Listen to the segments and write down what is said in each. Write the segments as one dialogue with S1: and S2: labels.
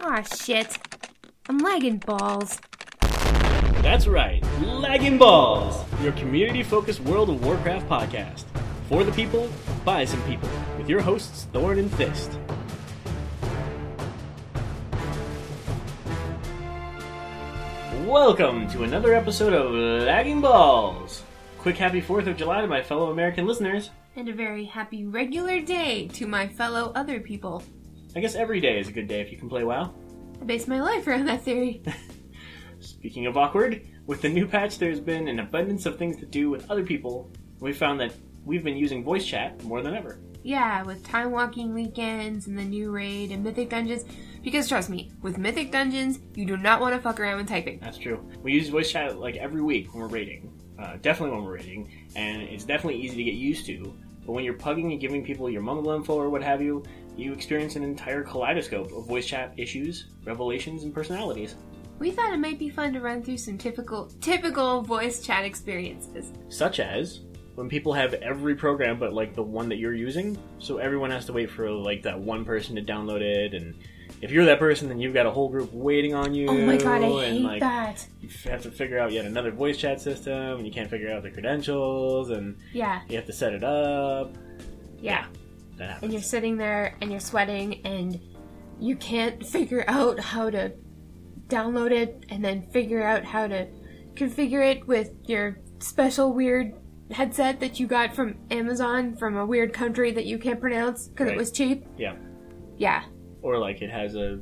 S1: Aw, shit. I'm lagging balls.
S2: That's right, Lagging Balls, your community focused World of Warcraft podcast. For the people, by some people, with your hosts, Thorn and Fist. Welcome to another episode of Lagging Balls. Quick happy 4th of July to my fellow American listeners.
S1: And a very happy regular day to my fellow other people.
S2: I guess every day is a good day if you can play WoW.
S1: I base my life around that theory.
S2: Speaking of awkward, with the new patch, there's been an abundance of things to do with other people. We found that we've been using voice chat more than ever.
S1: yeah, with time walking weekends and the new raid and mythic dungeons. Because trust me, with mythic dungeons, you do not want to fuck around with typing.
S2: That's true. We use voice chat like every week when we're raiding. Uh, definitely when we're raiding, and it's definitely easy to get used to. But when you're pugging and giving people your mumble info or what have you, you experience an entire kaleidoscope of voice chat issues, revelations, and personalities.
S1: We thought it might be fun to run through some typical typical voice chat experiences.
S2: Such as when people have every program but like the one that you're using, so everyone has to wait for like that one person to download it, and if you're that person, then you've got a whole group waiting on you.
S1: Oh my god, I
S2: and,
S1: hate
S2: like,
S1: that.
S2: You have to figure out yet another voice chat system, and you can't figure out the credentials, and
S1: Yeah,
S2: You have to set it up.
S1: yeah.
S2: That
S1: and you're
S2: happens.
S1: sitting there and you're sweating and you can't figure out how to download it and then figure out how to configure it with your special weird headset that you got from Amazon from a weird country that you can't pronounce because it
S2: Right.
S1: was cheap.
S2: Yeah.
S1: Yeah.
S2: Or like it has a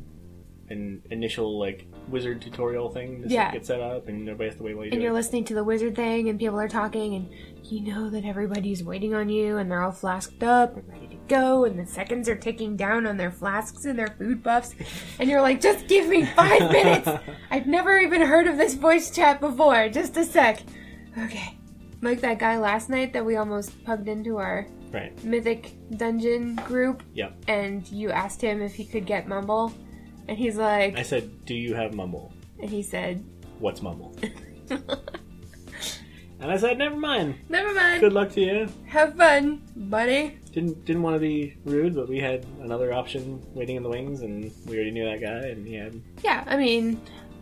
S2: an initial like wizard tutorial thing that
S1: Yeah.
S2: gets set up, and everybody has to wait while you
S1: And
S2: do
S1: you're
S2: it.
S1: listening to the wizard thing and people are talking and you know that everybody's waiting on you and they're all flasked up and ready to go and the seconds are ticking down on their flasks and their food buffs and you're like, just give me five minutes. I've never even heard of this voice chat before. Just a sec. Okay. Like that guy last night that we almost plugged into our
S2: Right.
S1: mythic dungeon group
S2: Yeah.
S1: and you asked him if he could get mumble and he's like
S2: I said, "Do you have mumble?
S1: and he said,
S2: What's mumble?" and I said, "Never mind.
S1: Never mind.
S2: Good luck to you."
S1: Have fun, buddy.
S2: Didn't didn't want to be rude, but we had another option waiting in the wings, and we already knew that guy, and he had
S1: Yeah, I mean,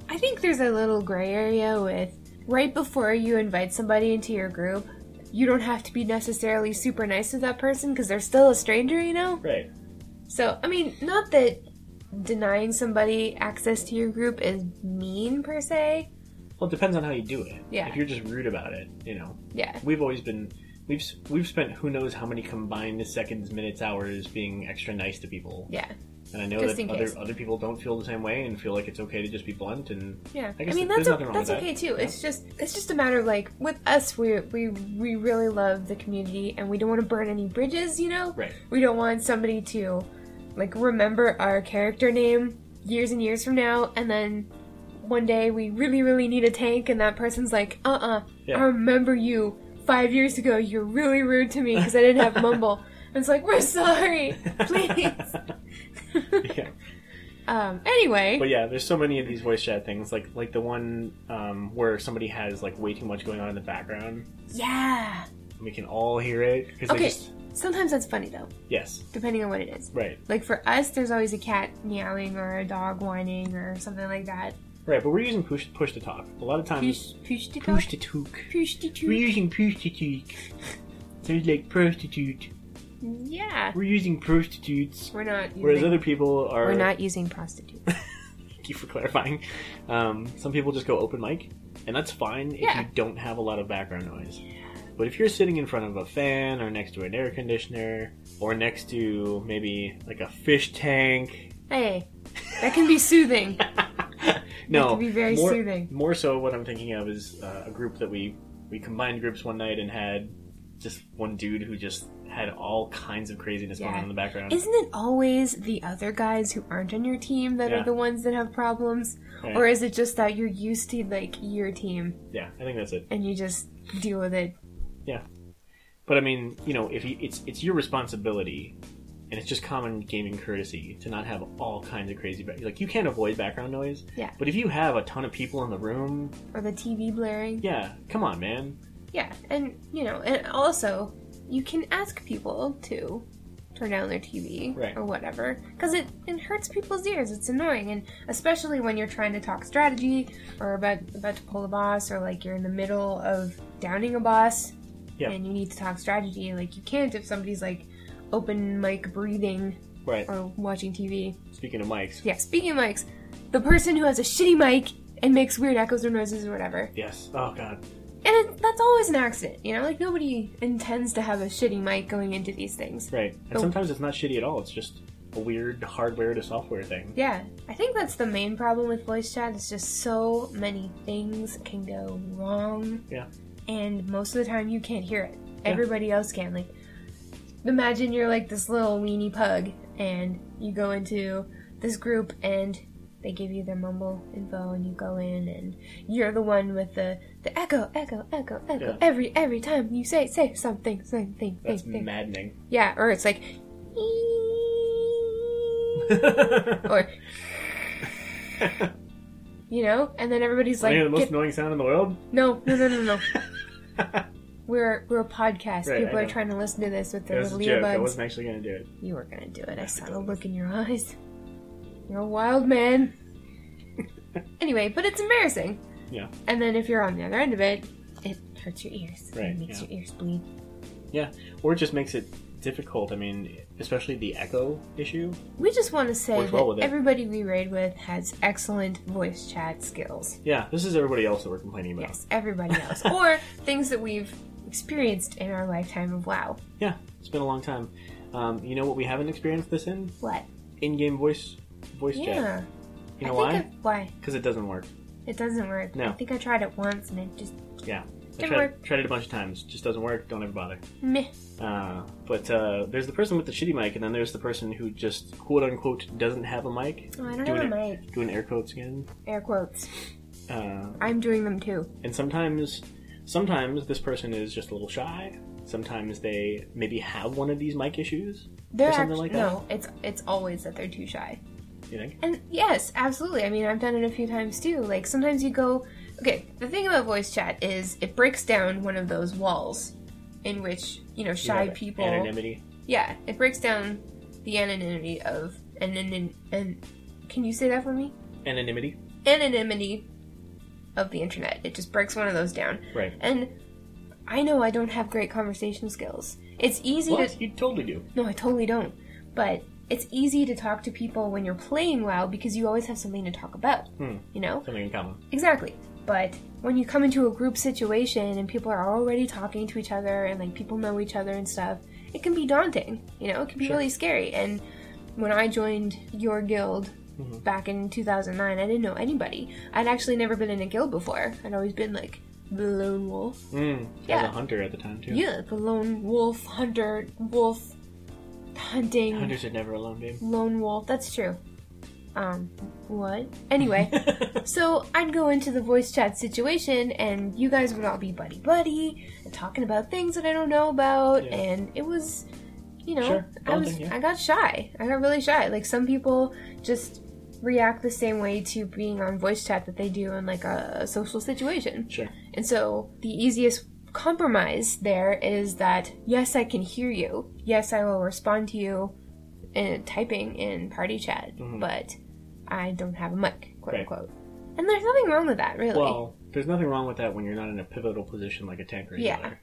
S1: I think there's a little gray area with right before you invite somebody into your group, you don't have to be necessarily super nice to that person because they're still a stranger, you know?
S2: right.
S1: So, I mean, not that denying somebody access to your group is mean per se.
S2: Well, it depends on how you do it.
S1: Yeah.
S2: If you're just rude about it, you know,
S1: Yeah.
S2: we've always been we've we've spent who knows how many combined seconds, minutes, hours being extra nice to people.
S1: Yeah.
S2: And I know
S1: Just in
S2: that other
S1: case.
S2: other people don't feel the same way and feel like it's okay to just be blunt and
S1: Yeah,
S2: I
S1: I,
S2: guess
S1: mean
S2: there's
S1: that's o-
S2: nothing wrong
S1: that's
S2: with that.
S1: okay too. It's just it's just a matter of like with us, we we we really love the community and we don't want to burn any bridges, you know.
S2: Right.
S1: We don't want somebody to like remember our character name years and years from now, and then one day we really really need a tank, and that person's like, uh uh
S2: Yeah.
S1: I remember you five years ago. You're really rude to me because I didn't have mumble. And it's like we're sorry, please.
S2: yeah.
S1: um. Anyway.
S2: But yeah, there's so many of these voice chat things, like like the one um, where somebody has like way too much going on in the background,
S1: yeah.
S2: and we can all hear it because
S1: Okay.
S2: they just
S1: Sometimes that's funny though,
S2: yes,
S1: depending on what it is.
S2: right,
S1: Like for us, there's always a cat meowing or a dog whining or something like that.
S2: right. But we're using push push to talk a lot of times.
S1: Push, push the dog.
S2: Push to talk.
S1: Push the
S2: We're
S1: dog.
S2: using push to talk. Sounds like prostitute.
S1: Yeah.
S2: We're using prostitutes.
S1: We're not. Using,
S2: Whereas other people are
S1: we're not using prostitutes.
S2: Thank you for clarifying. Um, some people just go open mic, and that's fine if
S1: Yeah.
S2: you don't have a lot of background noise. But if you're sitting in front of a fan, or next to an air conditioner, or next to maybe like a fish tank,
S1: hey, that can be soothing.
S2: no,
S1: can be very
S2: more,
S1: soothing.
S2: More so, what I'm thinking of is uh, a group that we we combined groups one night and had just one dude who just had all kinds of craziness going
S1: Yeah.
S2: on in the background.
S1: Isn't it always the other guys who aren't on your team that
S2: Yeah.
S1: are the ones that have problems,
S2: Right.
S1: or is it just that you're used to like your team
S2: yeah, I think that's it.
S1: and you just deal with it?
S2: But I mean, you know, if you, it's it's your responsibility, and it's just common gaming courtesy to not have all kinds of crazy back. Like you can't avoid background noise.
S1: Yeah.
S2: But if you have a ton of people in the room,
S1: Or the TV blaring?
S2: yeah, come on, man.
S1: Yeah, and you know, and also you can ask people to turn down their TV
S2: Right.
S1: or whatever. Because it, it hurts people's ears. It's annoying. And especially when you're trying to talk strategy or about, about to pull a boss or like you're in the middle of downing a boss
S2: Yeah.
S1: and you need to talk strategy. Like you can't if somebody's like open mic breathing
S2: Right.
S1: or watching TV.
S2: Speaking of mics.
S1: Yeah, speaking of mics, the person who has a shitty mic and makes weird echoes or noises or whatever.
S2: Yes. Oh God.
S1: And it, that's always an accident, you know? Like, nobody intends to have a shitty mic going into these things.
S2: Right. And
S1: Oh.
S2: sometimes it's not shitty at all. It's just a weird hardware to software thing.
S1: Yeah, I think that's the main problem with voice chat. It's just so many things can go wrong.
S2: Yeah.
S1: And most of the time, you can't hear it. Everybody else can. Like, imagine you're like this little weenie pug, and you go into this group, and they give you their mumble info, and you go in, and you're the one with the the echo, echo, echo, echo.
S2: Yeah.
S1: Every every time you say say something, something,
S2: That's
S1: thing, thing.
S2: maddening.
S1: Yeah, or it's like. or you know and then everybody's like
S2: Maybe the most
S1: get-
S2: annoying sound in the world.
S1: no no no no no we're we're a podcast
S2: Right,
S1: people
S2: I
S1: are
S2: know.
S1: trying to listen to this with
S2: It
S1: their
S2: was a
S1: little
S2: joke. I
S1: earbuds
S2: wasn't actually gonna do it.
S1: you were gonna do it i saw the look in your eyes you're a wild man anyway but it's embarrassing
S2: Yeah.
S1: and then if you're on the other end of it it hurts your ears
S2: Right,
S1: it makes
S2: yeah.
S1: your ears bleed
S2: Yeah. Or it just makes it difficult. I mean, especially the echo issue.
S1: we just want to say
S2: Works well
S1: that
S2: with it.
S1: everybody we raid with has excellent voice chat skills
S2: Yeah. This is everybody else that we're complaining about.
S1: Yes, everybody else. or things that we've experienced in our lifetime of WoW.
S2: Yeah. It's been a long time. Um, you know what we haven't experienced this in?
S1: What?
S2: In-game voice voice chat.
S1: Yeah.
S2: You know
S1: I
S2: why?
S1: think I- why?
S2: Because it doesn't work.
S1: It doesn't work.
S2: No.
S1: I think I tried it once and it just
S2: Yeah. I
S1: Didn't
S2: tried,
S1: work.
S2: tried it a bunch of times. Just doesn't work. Don't ever bother.
S1: meh.
S2: Uh, but uh, there's the person with the shitty mic, and then there's the person who just quote unquote doesn't have a mic.
S1: Oh, I don't
S2: doing
S1: have a
S2: air-
S1: mic.
S2: Doing air quotes again.
S1: Air quotes.
S2: Uh,
S1: I'm doing them too.
S2: and sometimes, sometimes this person is just a little shy. Sometimes they maybe have one of these mic issues.
S1: They're
S2: something
S1: act-
S2: like that?
S1: no, it's it's always that they're too shy.
S2: You think?
S1: And yes, absolutely. I mean, I've done it a few times too. Like sometimes you go, okay. The thing about voice chat is it breaks down one of those walls in which you know
S2: You
S1: shy
S2: know, the
S1: people
S2: Anonymity.
S1: Yeah, it breaks down the anonymity of and and, and can you say that for me?
S2: Anonymity.
S1: Anonymity of the internet. It just breaks one of those down.
S2: Right.
S1: And I know I don't have great conversation skills. It's easy to
S2: What? You totally do.
S1: no, I totally don't. But it's easy to talk to people when you're playing WoW because you always have something to talk about.
S2: Hmm.
S1: You know?
S2: Something in common.
S1: Exactly. But when you come into a group situation and people are already talking to each other and like people know each other and stuff, it can be daunting. You know, it can be
S2: Sure.
S1: really scary. And when I joined your guild
S2: Mhm.
S1: back in 2009, I didn't know anybody. I'd actually never been in a guild before. I'd always been like the lone wolf.
S2: Mm. I
S1: Yeah.
S2: was a hunter at the time too.
S1: Yeah, the lone wolf hunter, wolf hunting,
S2: Hunters are never alone, babe.
S1: lone wolf. That's true. Um, what? Anyway. So I'd go into the voice chat situation, and you guys would all be buddy buddy and talking about things that I don't know about,
S2: Yeah.
S1: and it was, you know,
S2: Sure,
S1: I was
S2: bonding, yeah.
S1: I got shy. I got really shy. Like some people just react the same way to being on voice chat that they do in like a social situation.
S2: sure.
S1: And so the easiest compromise there is that yes, I can hear you. Yes, I will respond to you in typing in party chat,
S2: Mhm.
S1: but I don't have a mic, quote
S2: Right.
S1: unquote. And there's nothing wrong with that, really.
S2: Well, there's nothing wrong with that when you're not in a pivotal position like a tanker
S1: Yeah.
S2: healer.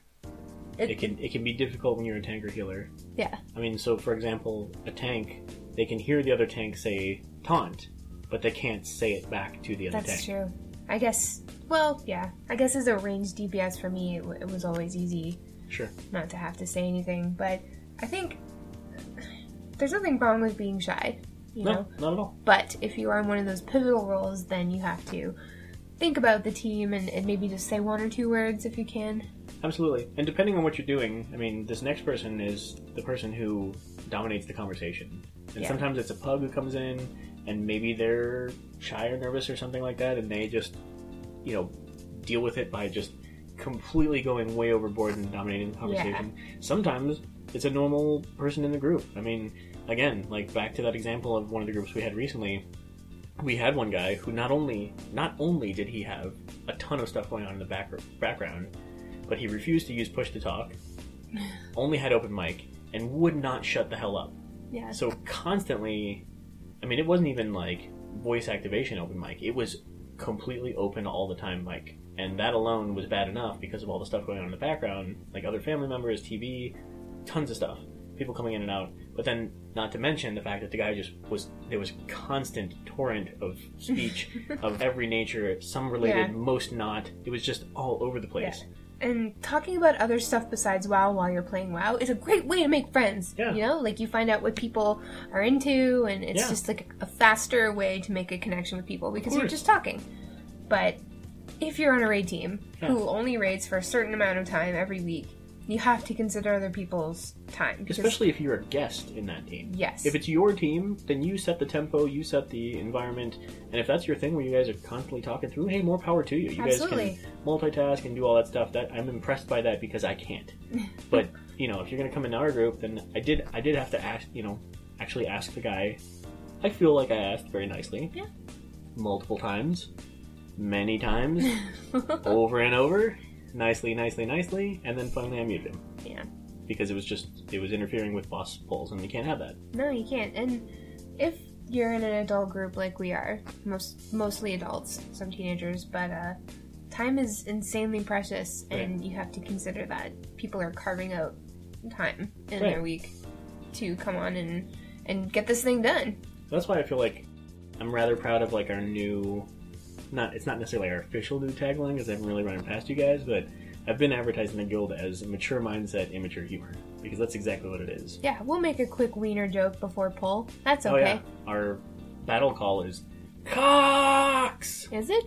S1: It-
S2: It, can it can be difficult when you're a tanker healer.
S1: yeah.
S2: I mean, so for example, a tank, they can hear the other tank say taunt, but they can't say it back to the other
S1: That's
S2: tank.
S1: true. I guess. Well, yeah. I guess as a range DPS for me, it, w- it was always easy
S2: Sure.
S1: not to have to say anything. But I think there's nothing wrong with being shy. You know,
S2: No, not at all.
S1: But if you are in one of those pivotal roles, then you have to think about the team and, and maybe just say one or two words if you can.
S2: Absolutely. And depending on what you're doing, I mean, this next person is the person who dominates the conversation. And
S1: Yeah.
S2: sometimes it's a pug who comes in, and maybe they're shy or nervous or something like that, and they just, you know, deal with it by just completely going way overboard and dominating the conversation. Sometimes it's a normal person in the group. I mean, again, like back to that example of one of the groups we had recently, we had one guy who not only not only did he have a ton of stuff going on in the back, background, but he refused to use push to talk, only had open mic, and would not shut the hell up.
S1: Yeah.
S2: So constantly, I mean, it wasn't even like voice activation open mic. It was completely open all the time mic, and that alone was bad enough because of all the stuff going on in the background, like other family members, TV, tons of stuff, people coming in and out. But then, not to mention the fact that the guy just was there was constant torrent of speech of every nature, some
S1: Yeah.
S2: related, most not. It was just all over the place.
S1: And talking about other stuff besides WoW while you're playing WoW is a great way to make friends.
S2: Yeah.
S1: You know, like you find out what people are into, and it's
S2: Yeah.
S1: just like a faster way to make a connection with people because you're
S2: course.
S1: just talking. But if you're on a raid team who only raids for a certain amount of time every week, you have to consider other people's time. because-
S2: Especially if you're a guest in that team.
S1: Yes.
S2: If it's your team, then you set the tempo, you set the environment, and if that's your thing where you guys are constantly talking through, hey, more power to you. You
S1: Absolutely.
S2: guys can multitask and do all that stuff. That I'm impressed by that because I can't. but you know, if you're gonna come in our group, then I did I did have to ask you know actually ask the guy. I feel like I asked very nicely.
S1: Yeah.
S2: Multiple times, many times, over and over, nicely, nicely, nicely, and then finally I muted him
S1: yeah.
S2: because it was just it was interfering with boss polls, and you can't have that.
S1: No, you can't. And if you're in an adult group like we are, most mostly adults, some teenagers, but uh, time is insanely precious, and you have to consider that people are carving out time in
S2: Right.
S1: their week to come on and and get this thing done.
S2: That's why I feel like I'm rather proud of like our new, not it's not necessarily our official new tagline because I haven't really run it past you guys, but I've been advertising the guild as mature mindset, immature humor because that's exactly what it is.
S1: Yeah, we'll make a quick wiener joke before poll. That's
S2: Oh yeah,
S1: okay.
S2: our battle call is Cox.
S1: Is it?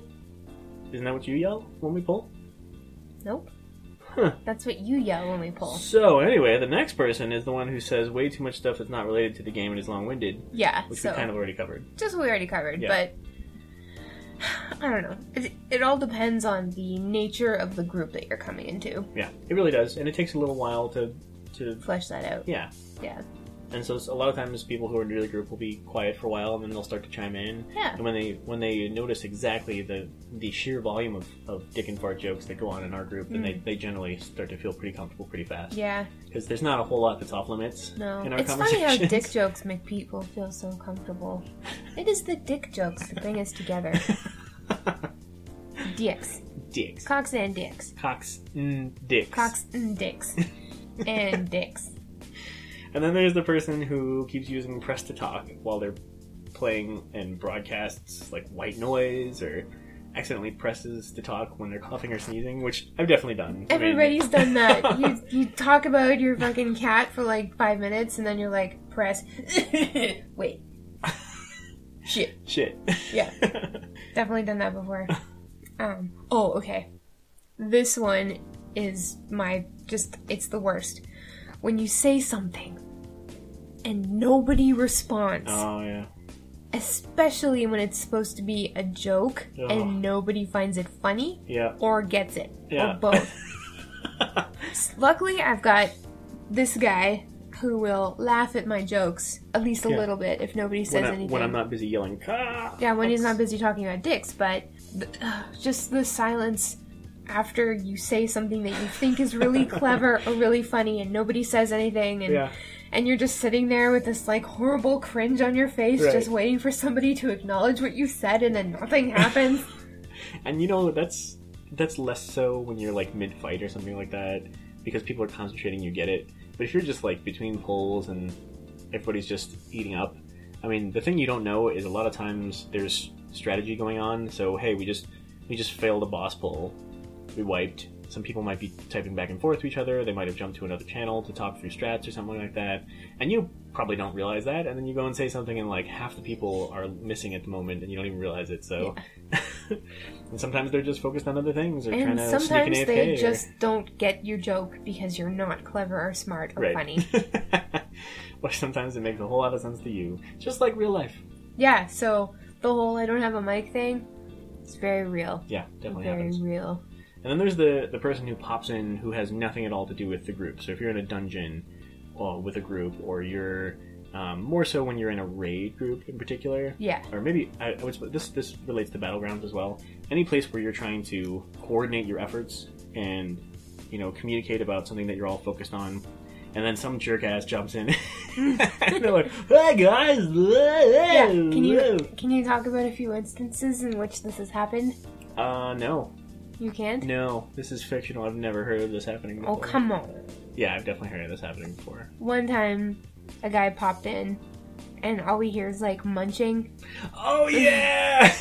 S2: Isn't that what you yell when we pull?
S1: Nope.
S2: Huh.
S1: That's what you yell when we poll.
S2: So anyway, the next person is the one who says way too much stuff that's not related to the game and is long-winded,
S1: Yeah.
S2: which
S1: so
S2: we kind of already covered.
S1: just what we already covered,
S2: Yeah.
S1: but I don't know. It, it all depends on the nature of the group that you're coming into.
S2: Yeah, it really does, and it takes a little while to to
S1: Flesh that out.
S2: yeah
S1: Yeah.
S2: And so a lot of times people who are new to the group will be quiet for a while and then they'll start to chime in.
S1: Yeah.
S2: And when they when they notice exactly the the sheer volume of, of dick and fart jokes that go on in our group, then they,
S1: Mm.
S2: they generally start to feel pretty comfortable pretty fast.
S1: Yeah.
S2: Because there's not a whole lot that's off limits
S1: No.
S2: in our
S1: It's funny how
S2: conversations.
S1: dick jokes make people feel so comfortable. It is the dick jokes that bring us together. dicks.
S2: dicks.
S1: Cocks and dicks.
S2: Cox mm, dicks.
S1: Cocks and dicks. and dicks.
S2: And then there's the person who keeps using press to talk while they're playing and broadcasts like white noise or accidentally presses to talk when they're coughing or sneezing, which I've definitely done. I mean-
S1: Everybody's done that. You, you talk about your fucking cat for like five minutes and then you're like, press. Wait. Shit.
S2: Shit.
S1: Yeah. Definitely done that before. Um, oh, okay. This one is my just, it's the worst. When you say something and nobody responds,
S2: oh yeah.
S1: especially when it's supposed to be a joke
S2: Oh.
S1: and nobody finds it funny
S2: Yeah.
S1: or gets it,
S2: Yeah.
S1: or both. S- Luckily, I've got this guy who will laugh at my jokes at least a
S2: Yeah.
S1: little bit if nobody says
S2: When, I,
S1: anything.
S2: when I'm not busy yelling, "Ah!"
S1: Yeah, when he's not busy talking about dicks, but th- ugh, just the silence after you say something that you think is really clever or really funny and nobody says anything and
S2: Yeah.
S1: and you're just sitting there with this like horrible cringe on your face
S2: Right.
S1: just waiting for somebody to acknowledge what you said and then nothing happens.
S2: And you know that's that's less so when you're like mid fight or something like that because people are concentrating. You get it. But if you're just like between polls and everybody's just eating up, I mean, the thing you don't know is a lot of times there's strategy going on. So hey, we just we just failed a boss poll. We wiped. Some people might be typing back and forth to each other. They might have jumped to another channel to talk through strats or something like that. And you probably don't realize that. And then you go and say something, and like half the people are missing at the moment, and you don't even realize it. So, and sometimes they're just focused on other things or trying
S1: and
S2: to sneak an
S1: sometimes
S2: AFK.
S1: they
S2: or-
S1: just don't get your joke because you're not clever or smart or
S2: Right.
S1: funny.
S2: or sometimes it makes a whole lot of sense to you, just like real life.
S1: Yeah, so the whole I don't have a mic thing, it's very real.
S2: Oh, Yeah, definitely
S1: very
S2: happens.
S1: real.
S2: And then there's the the person who pops in who has nothing at all to do with the group. So if you're in a dungeon uh, with a group, or you're um, more so when you're in a raid group in particular,
S1: Yeah.
S2: or maybe I, I would, sp- this this relates to battlegrounds as well. Any place where you're trying to coordinate your efforts and you know communicate about something that you're all focused on, and then some jerk ass jumps in. and they're like, "Hey guys, yeah,
S1: Hmm. Yeah. Can you can you talk about a few instances in which this has happened?
S2: Uh, no,
S1: You can't.
S2: no, this is fictional. I've never heard of this happening.
S1: Oh
S2: Before.
S1: come on.
S2: Yeah, I've definitely heard of this happening before.
S1: One time, a guy popped in, and all we hear is like munching.
S2: Oh yeah.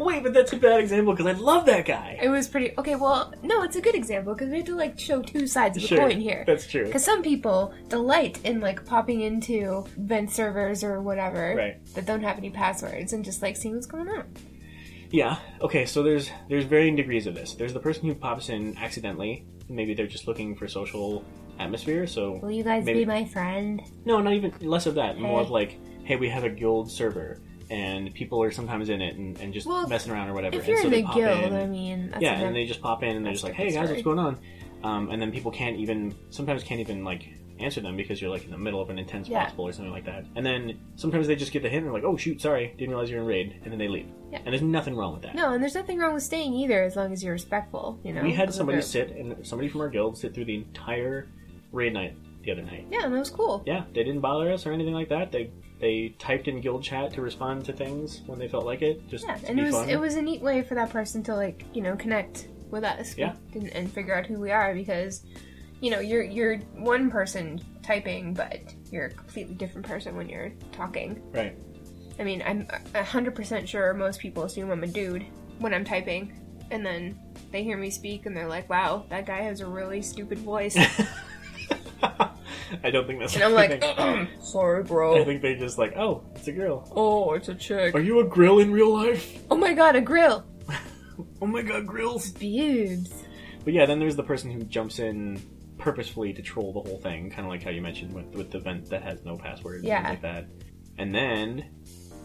S2: Wait, but that's a bad example because I love that guy.
S1: It was pretty okay. Well, no, it's a good example because we have to like show two sides of the
S2: Sure,
S1: coin here.
S2: That's true.
S1: Because some people delight in like popping into vent servers or whatever
S2: Right.
S1: that don't have any passwords and just like seeing what's going on.
S2: Yeah. Okay. So there's there's varying degrees of this. There's the person who pops in accidentally. Maybe they're just looking for social atmosphere. So
S1: Will you guys
S2: Maybe-
S1: be my friend?
S2: no, not even less of that. More
S1: Hey.
S2: of like, hey, we have a guild server, and people are sometimes in it and, and just
S1: Well,
S2: messing around or whatever.
S1: If you're
S2: and so
S1: in
S2: they
S1: the
S2: pop
S1: guild,
S2: in.
S1: I mean, that's
S2: yeah,
S1: a
S2: and they just pop in and they're
S1: That's
S2: just like,
S1: different
S2: hey guys, what's
S1: story.
S2: going on? Um, and then people can't even sometimes can't even like answer them because you're like in the middle of an intense
S1: Yeah.
S2: possible or something like that. And then sometimes they just get the hint and they're like, oh shoot, sorry, didn't realize you're in raid, and then they leave.
S1: Yeah.
S2: And there's nothing wrong with that.
S1: no, and there's nothing wrong with staying either as long as you're respectful. You know,
S2: We
S1: of
S2: had
S1: the
S2: somebody
S1: group.
S2: sit and somebody from our guild sit through the entire raid night the other night.
S1: Yeah, and that was cool.
S2: Yeah, they didn't bother us or anything like that. They they typed in guild chat to respond to things when they felt like it. Just
S1: Yeah,
S2: to
S1: and
S2: be
S1: it was
S2: fun.
S1: it was a neat way for that person to like you know connect with us.
S2: Yeah.
S1: and, and figure out who we are because you know you're you're one person typing, but you're a completely different person when you're talking.
S2: right.
S1: I mean, I'm a hundred percent sure most people assume I'm a dude when I'm typing, and then they hear me speak and they're like, "Wow, that guy has a really stupid voice," and
S2: I don't think that's.
S1: I'm
S2: what
S1: like, "Mm, "Eh."
S2: they think.
S1: "Sorry,
S2: I
S1: bro.
S2: think they just like, oh, it's a girl.
S1: Oh, it's a chick.
S2: Are you a grill in real life?
S1: Oh my god, a grill,
S2: Oh my god, grills.
S1: boobs."
S2: But yeah, then there's the person who jumps in purposefully to troll the whole thing, kind of like how you mentioned with with the vent that has no password and
S1: Yeah.
S2: things like that. And then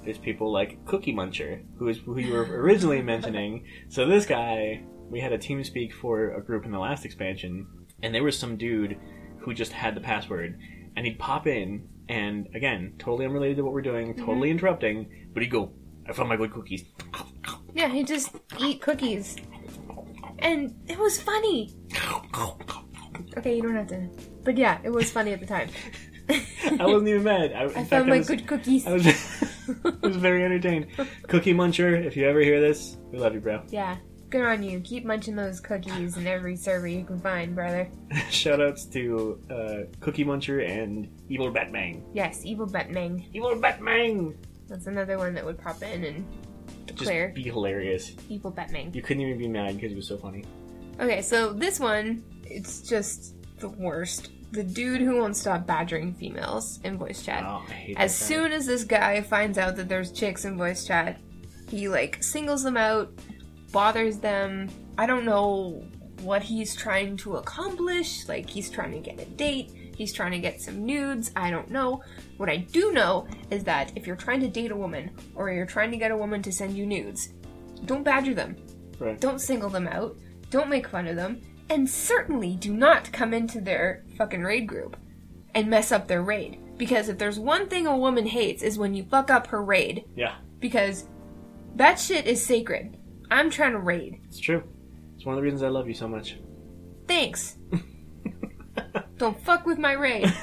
S2: there's people like Cookie Muncher, who is who you were originally mentioning. So this guy, we had a team speak for a group in the last expansion, and there was some dude who just had the password, and he'd pop in, and again, totally unrelated to what we're doing, totally interrupting, but he'd go, "I found my good cookies."
S1: Yeah, he just eat cookies. And it was funny. Okay, you don't have to. But yeah, it was funny at the time.
S2: I wasn't even mad. I,
S1: I
S2: in fact,
S1: found
S2: I
S1: my
S2: was-
S1: good cookies.
S2: I was, I was very entertained. Cookie Muncher, if you ever hear this, we love you, bro.
S1: Yeah, good on you. Keep munching those cookies in every server you can find, brother.
S2: Shoutouts to uh, Cookie Muncher and Evil Batman.
S1: Yes, evil Batman.
S2: Evil Batman!
S1: That's another one that would pop in and
S2: Just
S1: Clear.
S2: be hilarious.
S1: evil Batman.
S2: You couldn't even be mad because it was so funny.
S1: Okay, so this one, it's just the worst. The dude who won't stop badgering females in voice chat.
S2: Oh, I hate
S1: As
S2: that guy.
S1: soon as this guy finds out that there's chicks in voice chat, he like singles them out, bothers them. I don't know what he's trying to accomplish. Like he's trying to get a date, he's trying to get some nudes, I don't know. What I do know is that if you're trying to date a woman or you're trying to get a woman to send you nudes, don't badger them.
S2: Right.
S1: Don't single them out. Don't make fun of them. And certainly do not come into their fucking raid group and mess up their raid. Because if there's one thing a woman hates is when you fuck up her raid.
S2: Yeah,
S1: Because that shit is sacred. I'm trying to raid.
S2: it's true. It's one of the reasons I love you so much.
S1: Thanks. Don't fuck with my raid.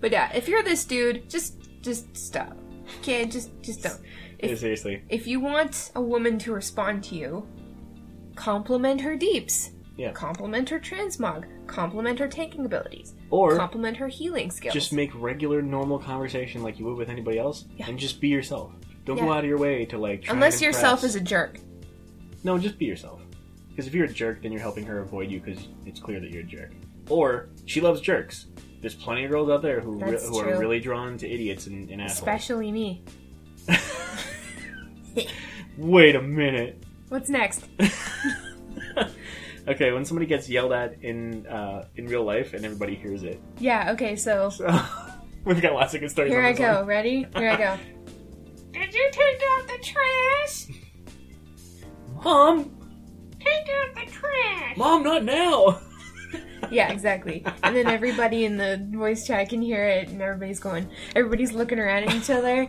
S1: But yeah, if you're this dude, just just stop. Okay, just just don't. If-
S2: Seriously.
S1: If you want a woman to respond to you, compliment her deeps.
S2: Yeah.
S1: Compliment her transmog. Compliment her tanking abilities.
S2: Or
S1: compliment her healing skills.
S2: just make regular, normal conversation like you would with anybody else
S1: Yeah.
S2: and just be yourself. Don't go
S1: Yeah.
S2: out of your way to like. Try
S1: Unless
S2: and
S1: yourself
S2: impress.
S1: is a jerk.
S2: No, just be yourself. Because if you're a jerk, then you're helping her avoid you because it's clear that you're a jerk. Or she loves jerks. There's plenty of girls out there who, re-
S1: That's
S2: who are
S1: true.
S2: really drawn to idiots and, and assholes.
S1: Especially me.
S2: Wait a minute.
S1: What's next?
S2: Okay, when somebody gets yelled at in uh, in real life and everybody hears it,
S1: Yeah, okay, so
S2: so we've got lots of good stories.
S1: here
S2: on
S1: I
S2: this one.
S1: go. Ready? Here I go. Did you take out the trash?
S2: Mom,
S1: Take out the trash!
S2: mom, not now.
S1: Yeah, exactly. And then everybody in the voice chat can hear it, and everybody's going, everybody's looking around at each other,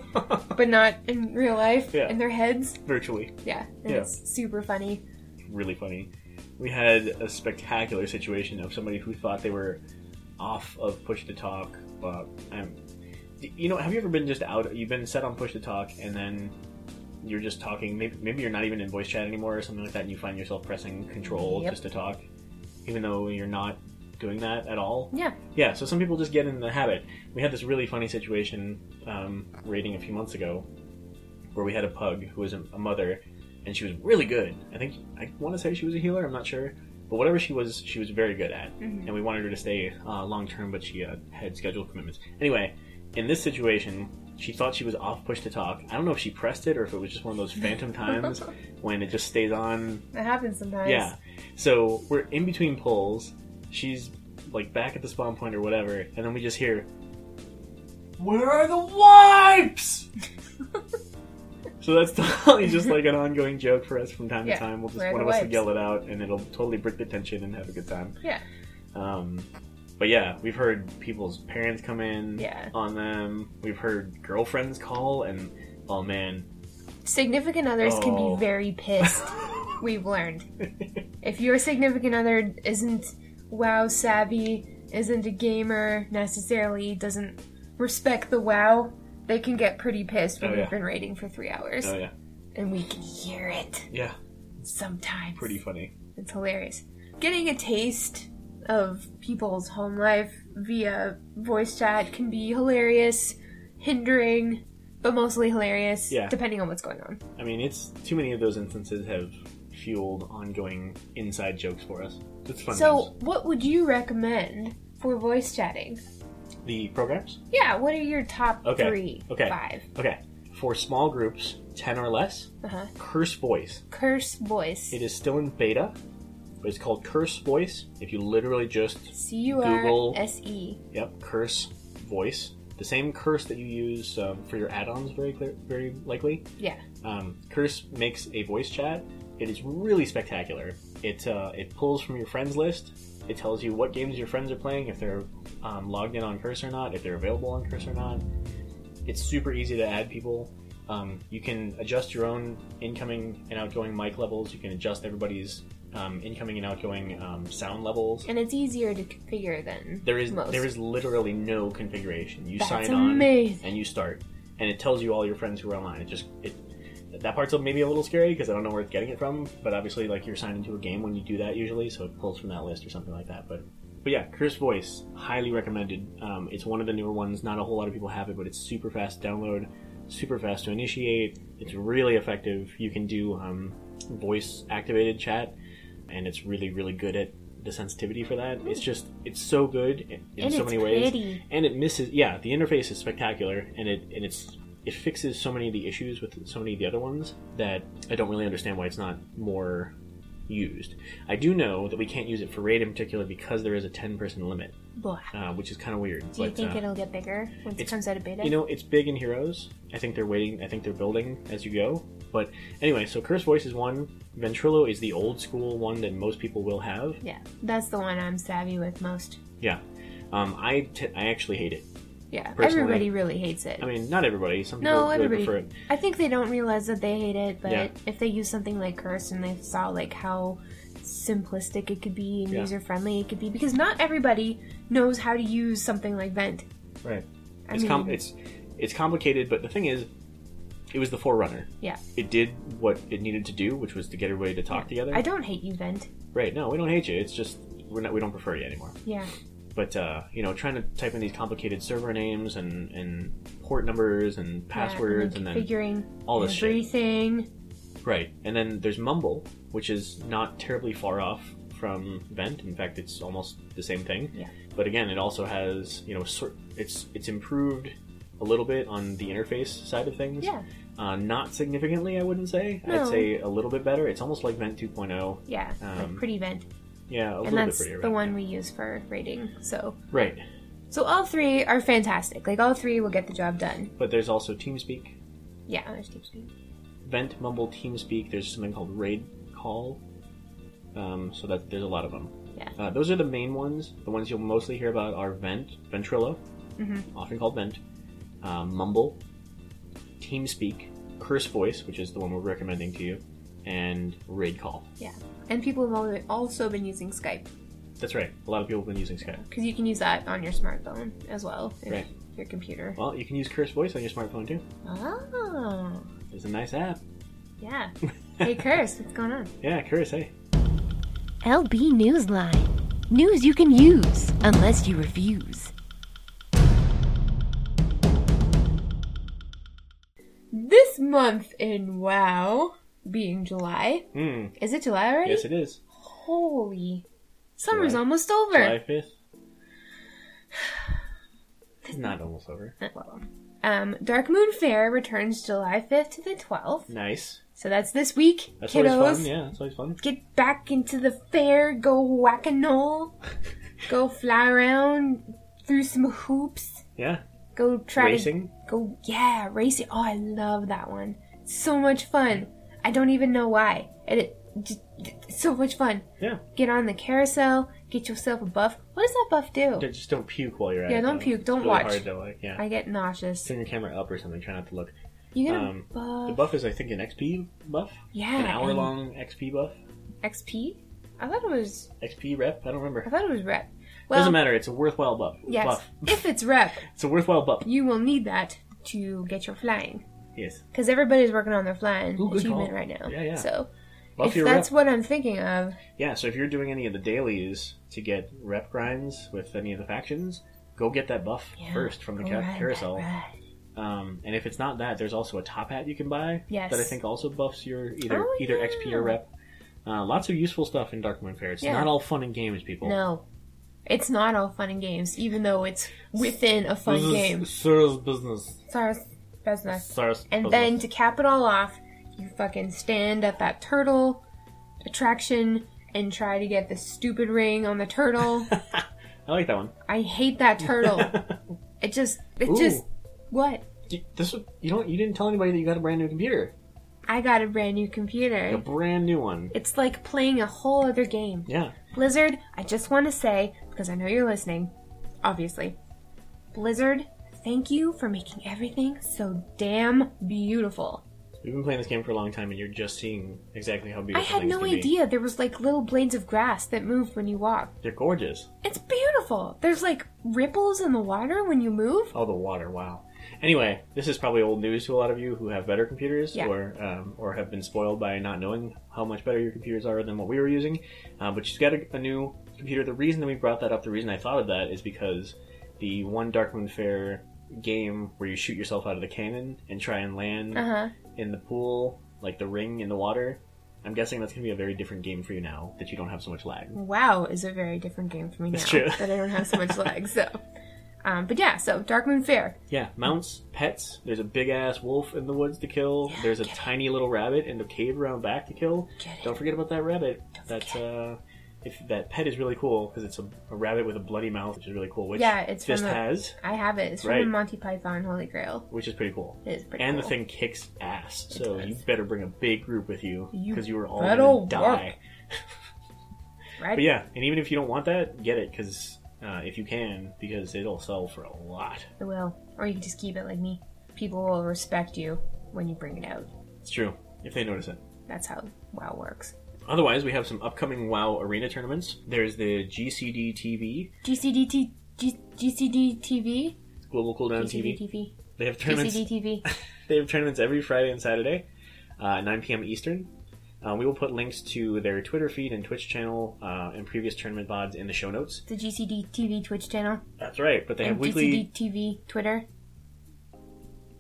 S1: but not in real life,
S2: Yeah.
S1: in their heads.
S2: Virtually,
S1: Yeah, and
S2: Yeah.
S1: it's super funny.
S2: really funny. we had a spectacular situation of somebody who thought they were off of push to talk. But um, d- you know, have you ever been just out? You've been set on push to talk, and then you're just talking. Maybe, maybe you're not even in voice chat anymore or something like that, and you find yourself pressing control
S1: Yep.
S2: just to talk, even though you're not doing that at all.
S1: Yeah.
S2: Yeah, so some people just get in the habit. We had this really funny situation um, rating a few months ago where we had a pug who was a a mother, and she was really good. I think, I want to say she was a healer, I'm not sure. But whatever she was, she was very good at.
S1: Mm-hmm.
S2: And we wanted her to stay uh, long term, but she uh, had scheduled commitments. Anyway, in this situation, she thought she was off push to talk. I don't know if she pressed it or if it was just one of those phantom times when it just stays on
S1: That happens sometimes.
S2: yeah. So we're in between poles. She's like back at the spawn point or whatever, and then we just hear, "Where are the wipes?" so that's totally just like an ongoing joke for us from time
S1: Yeah,
S2: to time. We'll just
S1: where are
S2: one
S1: the
S2: of us will
S1: wipes?
S2: yell it out, and it'll totally break the tension and have a good time.
S1: Yeah.
S2: Um, but yeah, we've heard people's parents come in
S1: Yeah.
S2: on them. We've heard girlfriends call, and oh man,
S1: Significant others can
S2: Oh.
S1: be very pissed. We've learned. If your significant other isn't WoW savvy, isn't a gamer necessarily, doesn't respect the WoW, they can get pretty pissed when
S2: Oh,
S1: we've
S2: yeah.
S1: been raiding for three hours.
S2: oh yeah,
S1: And we can hear it
S2: yeah,
S1: sometimes.
S2: pretty funny.
S1: It's hilarious. Getting a taste of people's home life via voice chat can be hilarious, hindering, but mostly hilarious,
S2: Yeah.
S1: depending on what's going on.
S2: I mean, it's too many of those instances have fueled ongoing inside jokes for us. It's fun.
S1: So, what would you recommend for voice chatting?
S2: times. the programs.
S1: Yeah, what are your top
S2: Okay.
S1: three,
S2: Okay.
S1: five?
S2: Okay, for small groups, ten or less,
S1: Uh-huh.
S2: curse voice.
S1: Curse voice.
S2: It is still in beta, but it's called curse voice. If you literally just
S1: C U R
S2: Google.
S1: S E.
S2: yep curse voice, the same curse that you use um, for your add-ons, very clear, very likely.
S1: Yeah.
S2: Um, Curse makes a voice chat. It is really spectacular. It uh, it pulls from your friends list. It tells you what games your friends are playing, if they're um, logged in on Curse or not, if they're available on Curse or not. It's super easy to add people. Um, you can adjust your own incoming and outgoing mic levels. You can adjust everybody's um, incoming and outgoing um, sound levels.
S1: And it's easier to configure than
S2: There is
S1: most.
S2: there is literally no configuration. You
S1: That's
S2: sign on
S1: amazing.
S2: and you start, and it tells you all your friends who are online. It just it that part's maybe a little scary because I don't know where it's getting it from. But obviously, like you're signed into a game when you do that usually, so it pulls from that list or something like that. But but yeah, Curse Voice highly recommended. Um, it's one of the newer ones. Not a whole lot of people have it, but it's super fast to download, super fast to initiate. It's really effective. You can do um, voice activated chat, and it's really really good at the sensitivity for that. It's just it's so good in, in
S1: And
S2: so
S1: it's
S2: many ways
S1: pretty.
S2: and it misses yeah the interface is spectacular and it and it's it fixes so many of the issues with so many of the other ones that i don't really understand why it's not more used i do know that we can't use it for raid in particular because there is a 10 person limit
S1: Blah.
S2: uh, which is kind of weird
S1: Do you
S2: But,
S1: think
S2: uh,
S1: it'll get bigger once it
S2: it's-
S1: comes out of beta?
S2: you know it's big in heroes i think they're waiting i think they're building as you go but anyway so curse voice is one ventrilo is the old school one that most people will have
S1: yeah, that's the one I'm savvy with most.
S2: yeah um, I, t- I actually hate it
S1: Yeah,
S2: Personally.
S1: everybody really hates it.
S2: i mean not everybody some people
S1: no,
S2: really
S1: everybody.
S2: prefer it
S1: I think they don't realize that they hate it, but
S2: Yeah.
S1: if they use something like Curse and they saw like how simplistic it could be and
S2: Yeah.
S1: user friendly it could be, because not everybody knows how to use something like Vent.
S2: Right.
S1: I
S2: it's, com-
S1: mean-
S2: it's it's complicated, but the thing is, it was the forerunner.
S1: Yeah,
S2: It did what it needed to do, which was to get everybody to talk together.
S1: I don't hate you, Vent.
S2: right? No, we don't hate you. It's just we're not we don't prefer you anymore.
S1: Yeah,
S2: But uh, you know, trying to type in these complicated server names and and port numbers and passwords
S1: yeah, and
S2: and, then
S1: figuring
S2: all this shit.
S1: everything.
S2: right, and then there's Mumble, which is not terribly far off from Vent. In fact, it's almost the same thing.
S1: Yeah.
S2: But again, it also has you know sort it's it's improved a little bit on the interface side of things.
S1: Yeah,
S2: Uh, not significantly, I wouldn't say.
S1: No.
S2: I'd say a little bit better. It's almost like Vent 2.0.
S1: yeah, like
S2: Um,
S1: pretty Vent,
S2: Yeah, a
S1: and
S2: little bit
S1: that's
S2: prettier.
S1: the
S2: right?
S1: one we use for rating. So,
S2: Right.
S1: so all three are fantastic. Like all three will get the job done.
S2: But there's also TeamSpeak,
S1: Yeah, there's TeamSpeak.
S2: Vent, Mumble, TeamSpeak. There's something called Raid Call. Um, so that there's a lot of them.
S1: Yeah.
S2: Uh, those are the main ones. The ones you'll mostly hear about are Vent, Ventrilo,
S1: Mhm.
S2: often called Vent, uh, Mumble, TeamSpeak, Curse Voice, which is the one we're recommending to you, and raid call.
S1: And people have al- also been using Skype
S2: That's right. A lot of people have been using Skype.
S1: because you can use that on your smartphone as well, if
S2: Right.
S1: your computer.
S2: Well, you can use Curse Voice on your smartphone too.
S1: Oh,
S2: It's a nice app.
S1: yeah. hey, Curse, what's going on?
S2: Yeah, Curse. Hey.
S3: LB Newsline. News you can use, unless you refuse.
S1: This month in WoW, being July,
S2: Hmm.
S1: is it July already?
S2: Yes, it is.
S1: Holy, summer's
S2: July.
S1: almost over.
S2: July fifth. It's not almost over.
S1: Uh, well, um, Dark Moon Fair returns July 5th to the 12th.
S2: Nice.
S1: So that's this week,
S2: That's
S1: kiddos.
S2: always fun. Yeah, that's always fun.
S1: Get back into the fair, go whack a knoll, go fly around through some hoops,
S2: Yeah.
S1: go try
S2: Racing.
S1: to go yeah, racing. Oh, I love that one. So much fun. I don't even know why. It, it just, so much fun.
S2: Yeah.
S1: Get on the carousel, get yourself a buff. What does that buff do?
S2: Yeah, Just don't puke while you're at
S1: Yeah,
S2: it.
S1: don't
S2: though.
S1: puke,
S2: It's
S1: don't
S2: really
S1: watch.
S2: Hard to, like, yeah.
S1: I get nauseous.
S2: Turn your camera up or something. Try not to look.
S1: You get
S2: Um,
S1: a buff.
S2: The buff is, I think, an XP buff.
S1: Uh, Yeah,
S2: An hour
S1: and-
S2: long XP buff.
S1: XP? I thought it was
S2: XP rep. I don't remember.
S1: I thought it was rep. Well,
S2: Doesn't matter. It's a worthwhile buff.
S1: yes.
S2: Buff.
S1: if it's rep,
S2: It's a worthwhile buff.
S1: you will need that to get your flying
S2: Yes.
S1: because everybody's working on their flying
S2: Ooh, good
S1: achievement
S2: call.
S1: right now.
S2: Yeah, yeah.
S1: So
S2: Buff
S1: if
S2: your
S1: that's
S2: rep.
S1: what I'm thinking of,
S2: Yeah. So if you're doing any of the dailies to get rep grinds with any of the factions, go get that buff
S1: Yeah.
S2: first from the
S1: go
S2: ca-
S1: ride that
S2: carousel.
S1: ride.
S2: Um, and if it's not that, there's also a top hat you can buy
S1: Yes.
S2: that I think also buffs your either
S1: Oh,
S2: either
S1: yeah.
S2: XP or rep. Uh, lots of useful stuff in Dark Moon Fair. It's
S1: Yeah.
S2: not all fun and games, people.
S1: No, it's not all fun and games, even though it's within a fun
S2: This is
S1: game.
S2: serious business.
S1: Sorry, that's not.
S2: Serious
S1: And
S2: business.
S1: then to cap it all off, you fucking stand at that turtle attraction and try to get the stupid ring on the turtle.
S2: I like that one.
S1: I hate that turtle. it just, it just,
S2: Ooh.
S1: what?
S2: You- This was- you don't you didn't tell anybody that you got a brand new computer.
S1: I got a brand new computer.
S2: A brand new one.
S1: It's like playing a whole other game.
S2: Yeah.
S1: Blizzard, I just want to say, because I know you're listening, obviously. Blizzard, thank you for making everything so damn beautiful.
S2: We've been playing this game for a long time, and you're just seeing exactly how
S1: I
S2: beautiful.
S1: had
S2: things
S1: no
S2: can be.
S1: idea there was like little blades of grass that moved when you walked.
S2: They're gorgeous.
S1: It's beautiful. There's like ripples in the water when you move.
S2: Oh, the water! Wow. Anyway, this is probably old news to a lot of you who have better computers,
S1: Yeah.
S2: or um, or have been spoiled by not knowing how much better your computers are than what we were using. Uh, but she's got a, a new computer. The reason that we brought that up, the reason I thought of that, is because the one Dark Moon Fair game where you shoot yourself out of the cannon and try and land
S1: Uh huh.
S2: in the pool, like the ring in the water. I'm guessing that's going to be a very different game for you now that you don't have so much lag.
S1: WoW is a very different game for me now
S2: That's true.
S1: that I don't have so much lag. So, um, but yeah, so Dark Moon Fair.
S2: Yeah, mounts, pets. There's a big ass wolf in the woods to kill.
S1: Yeah,
S2: There's a
S1: get it.
S2: tiny little rabbit in the cave around back to kill.
S1: Get it.
S2: Don't forget about that rabbit.
S1: Don't
S2: That's
S1: forget.
S2: uh, if that pet is really cool because it's a, a rabbit with a bloody mouth, which is really cool. Which
S1: Yeah, it's
S2: this
S1: from a-
S2: has,
S1: I have it. It's from
S2: Right.
S1: the Monty Python Holy Grail.
S2: which is pretty cool.
S1: It is pretty
S2: And
S1: cool.
S2: the thing kicks ass, so
S1: does.
S2: you better bring a big group with you
S1: You
S2: because you, are all
S1: better
S2: gonna die.
S1: work. right?
S2: But yeah, and even if you don't want that, get it because uh, if you can, because it'll sell for a lot.
S1: It will. Or you can just keep it like me. People will respect you when you bring it out.
S2: It's true if they notice it.
S1: That's how WoW works.
S2: Otherwise, we have some upcoming WoW arena tournaments. There's the GCD TV,
S1: GCDT, G, GCD TV?
S2: Global Cooldown
S1: GCD
S2: TV.
S1: TV.
S2: They have tournaments.
S1: GCD TV.
S2: They have tournaments every Friday and Saturday, uh, at 9 p.m. Eastern. Uh, we will put links to their Twitter feed and Twitch channel uh, and previous tournament VODs in the show notes.
S1: The GCD TV Twitch channel.
S2: That's right. But they have
S1: And
S2: weekly
S1: GCD TV Twitter.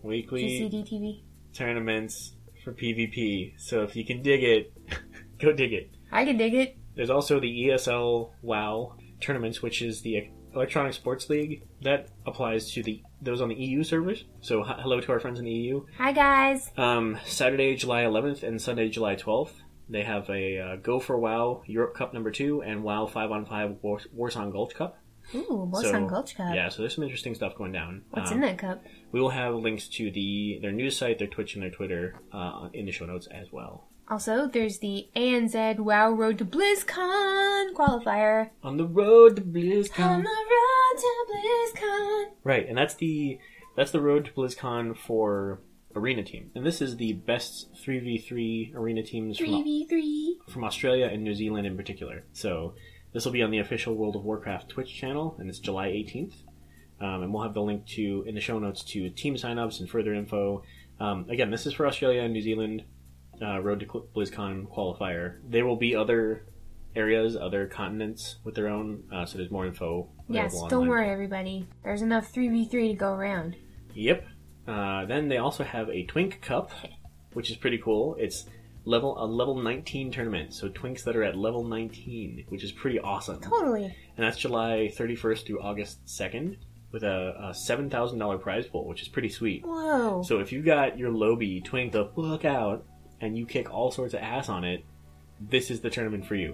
S2: weekly
S1: GCD TV.
S2: tournaments for PvP. So if you can dig it, go dig it.
S1: I can dig it.
S2: There's also the ESL WoW tournaments, which is the Electronic Sports League. That applies to the those on the EU servers. So h- hello to our friends in the EU.
S1: Hi, guys.
S2: Um, Saturday, July 11th, and Sunday, July 12th, they have a uh, Go for WoW Europe Cup number two and WoW Five on Five War- Warzone Gulch Cup.
S1: Ooh, what's
S2: So,
S1: on Gulch Cup?
S2: Yeah, so there's some interesting stuff going down.
S1: What's
S2: Um,
S1: in that cup?
S2: We will have links to the their news site, their Twitch, and their Twitter uh, in the show notes as well.
S1: Also, there's the ANZ WoW Road to BlizzCon qualifier.
S2: On the road to
S1: On
S2: BlizzCon.
S1: the road to BlizzCon.
S2: Right, and that's the that's the road to BlizzCon for arena team, and this is the best three v three arena teams from
S1: 3v3.
S2: from Australia and New Zealand in particular. So this will be on the official World of Warcraft Twitch channel, and it's July 18th. Um, and we'll have the link to in the show notes to team signups and further info. Um, again, this is for Australia and New Zealand uh, Road to Cl- BlizzCon qualifier. There will be other areas, other continents with their own. Uh, so there's more info.
S1: Yes,
S2: available
S1: don't
S2: online.
S1: worry, everybody. There's enough 3v3 to go around.
S2: Yep. Uh, then they also have a Twink Cup, which is pretty cool. It's level a level 19 tournament, so Twinks that are at level 19, which is pretty awesome.
S1: Totally.
S2: And that's July 31st through August 2nd with a, a $7,000 prize pool, which is pretty sweet.
S1: Whoa.
S2: So if you got your Lobby Twink the fuck out and you kick all sorts of ass on it, this is the tournament for you.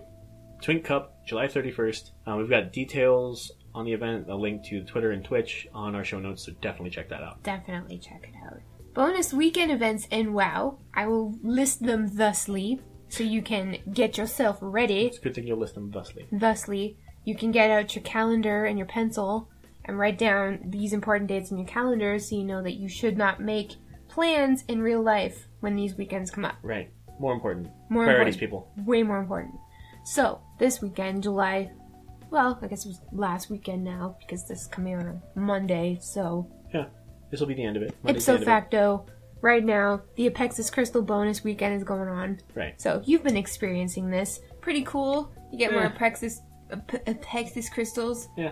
S2: Twink Cup, July 31st. Uh, we've got details on the event, a link to Twitter and Twitch on our show notes, so definitely check that out.
S1: Definitely check it out. Bonus weekend events in WoW. I will list them thusly so you can get yourself ready.
S2: It's a good thing you'll list them thusly.
S1: Thusly, you can get out your calendar and your pencil and write down these important dates in your calendar so you know that you should not make plans in real life when these weekends come up.
S2: Right. More important.
S1: More
S2: Priorities, people.
S1: Way more important. So, this weekend, July, well, I guess it was last weekend now because this is coming out on Monday, so
S2: Yeah. This will be the end of it. Monday's
S1: ipso
S2: the end of it.
S1: facto, right now, the Apexis Crystal bonus weekend is going on.
S2: Right.
S1: So, you've been experiencing this. Pretty cool. You get more
S2: Yeah.
S1: Apexis, Ap- Apexis Crystals
S2: Yeah.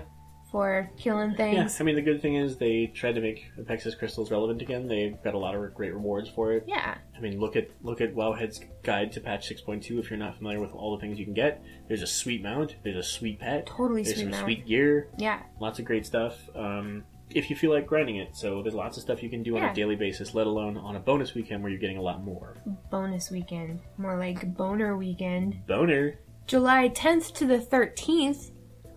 S1: for killing
S2: Yeah.
S1: things.
S2: I mean, the good thing is they tried to make Apexis crystals relevant again. They've got a lot of great rewards for it.
S1: Yeah.
S2: I mean, look at look at Wowhead's guide to patch 6.2 if you're not familiar with all the things you can get. There's a sweet mount. There's a sweet pet.
S1: Totally
S2: There's
S1: sweet
S2: some
S1: mount.
S2: sweet gear.
S1: Yeah.
S2: Lots of great stuff. Um, if you feel like grinding it, so there's lots of stuff you can do on
S1: Yeah.
S2: a daily basis, let alone on a bonus weekend where you're getting a lot more.
S1: Bonus weekend. More like boner weekend.
S2: Boner.
S1: July 10th to the 13th,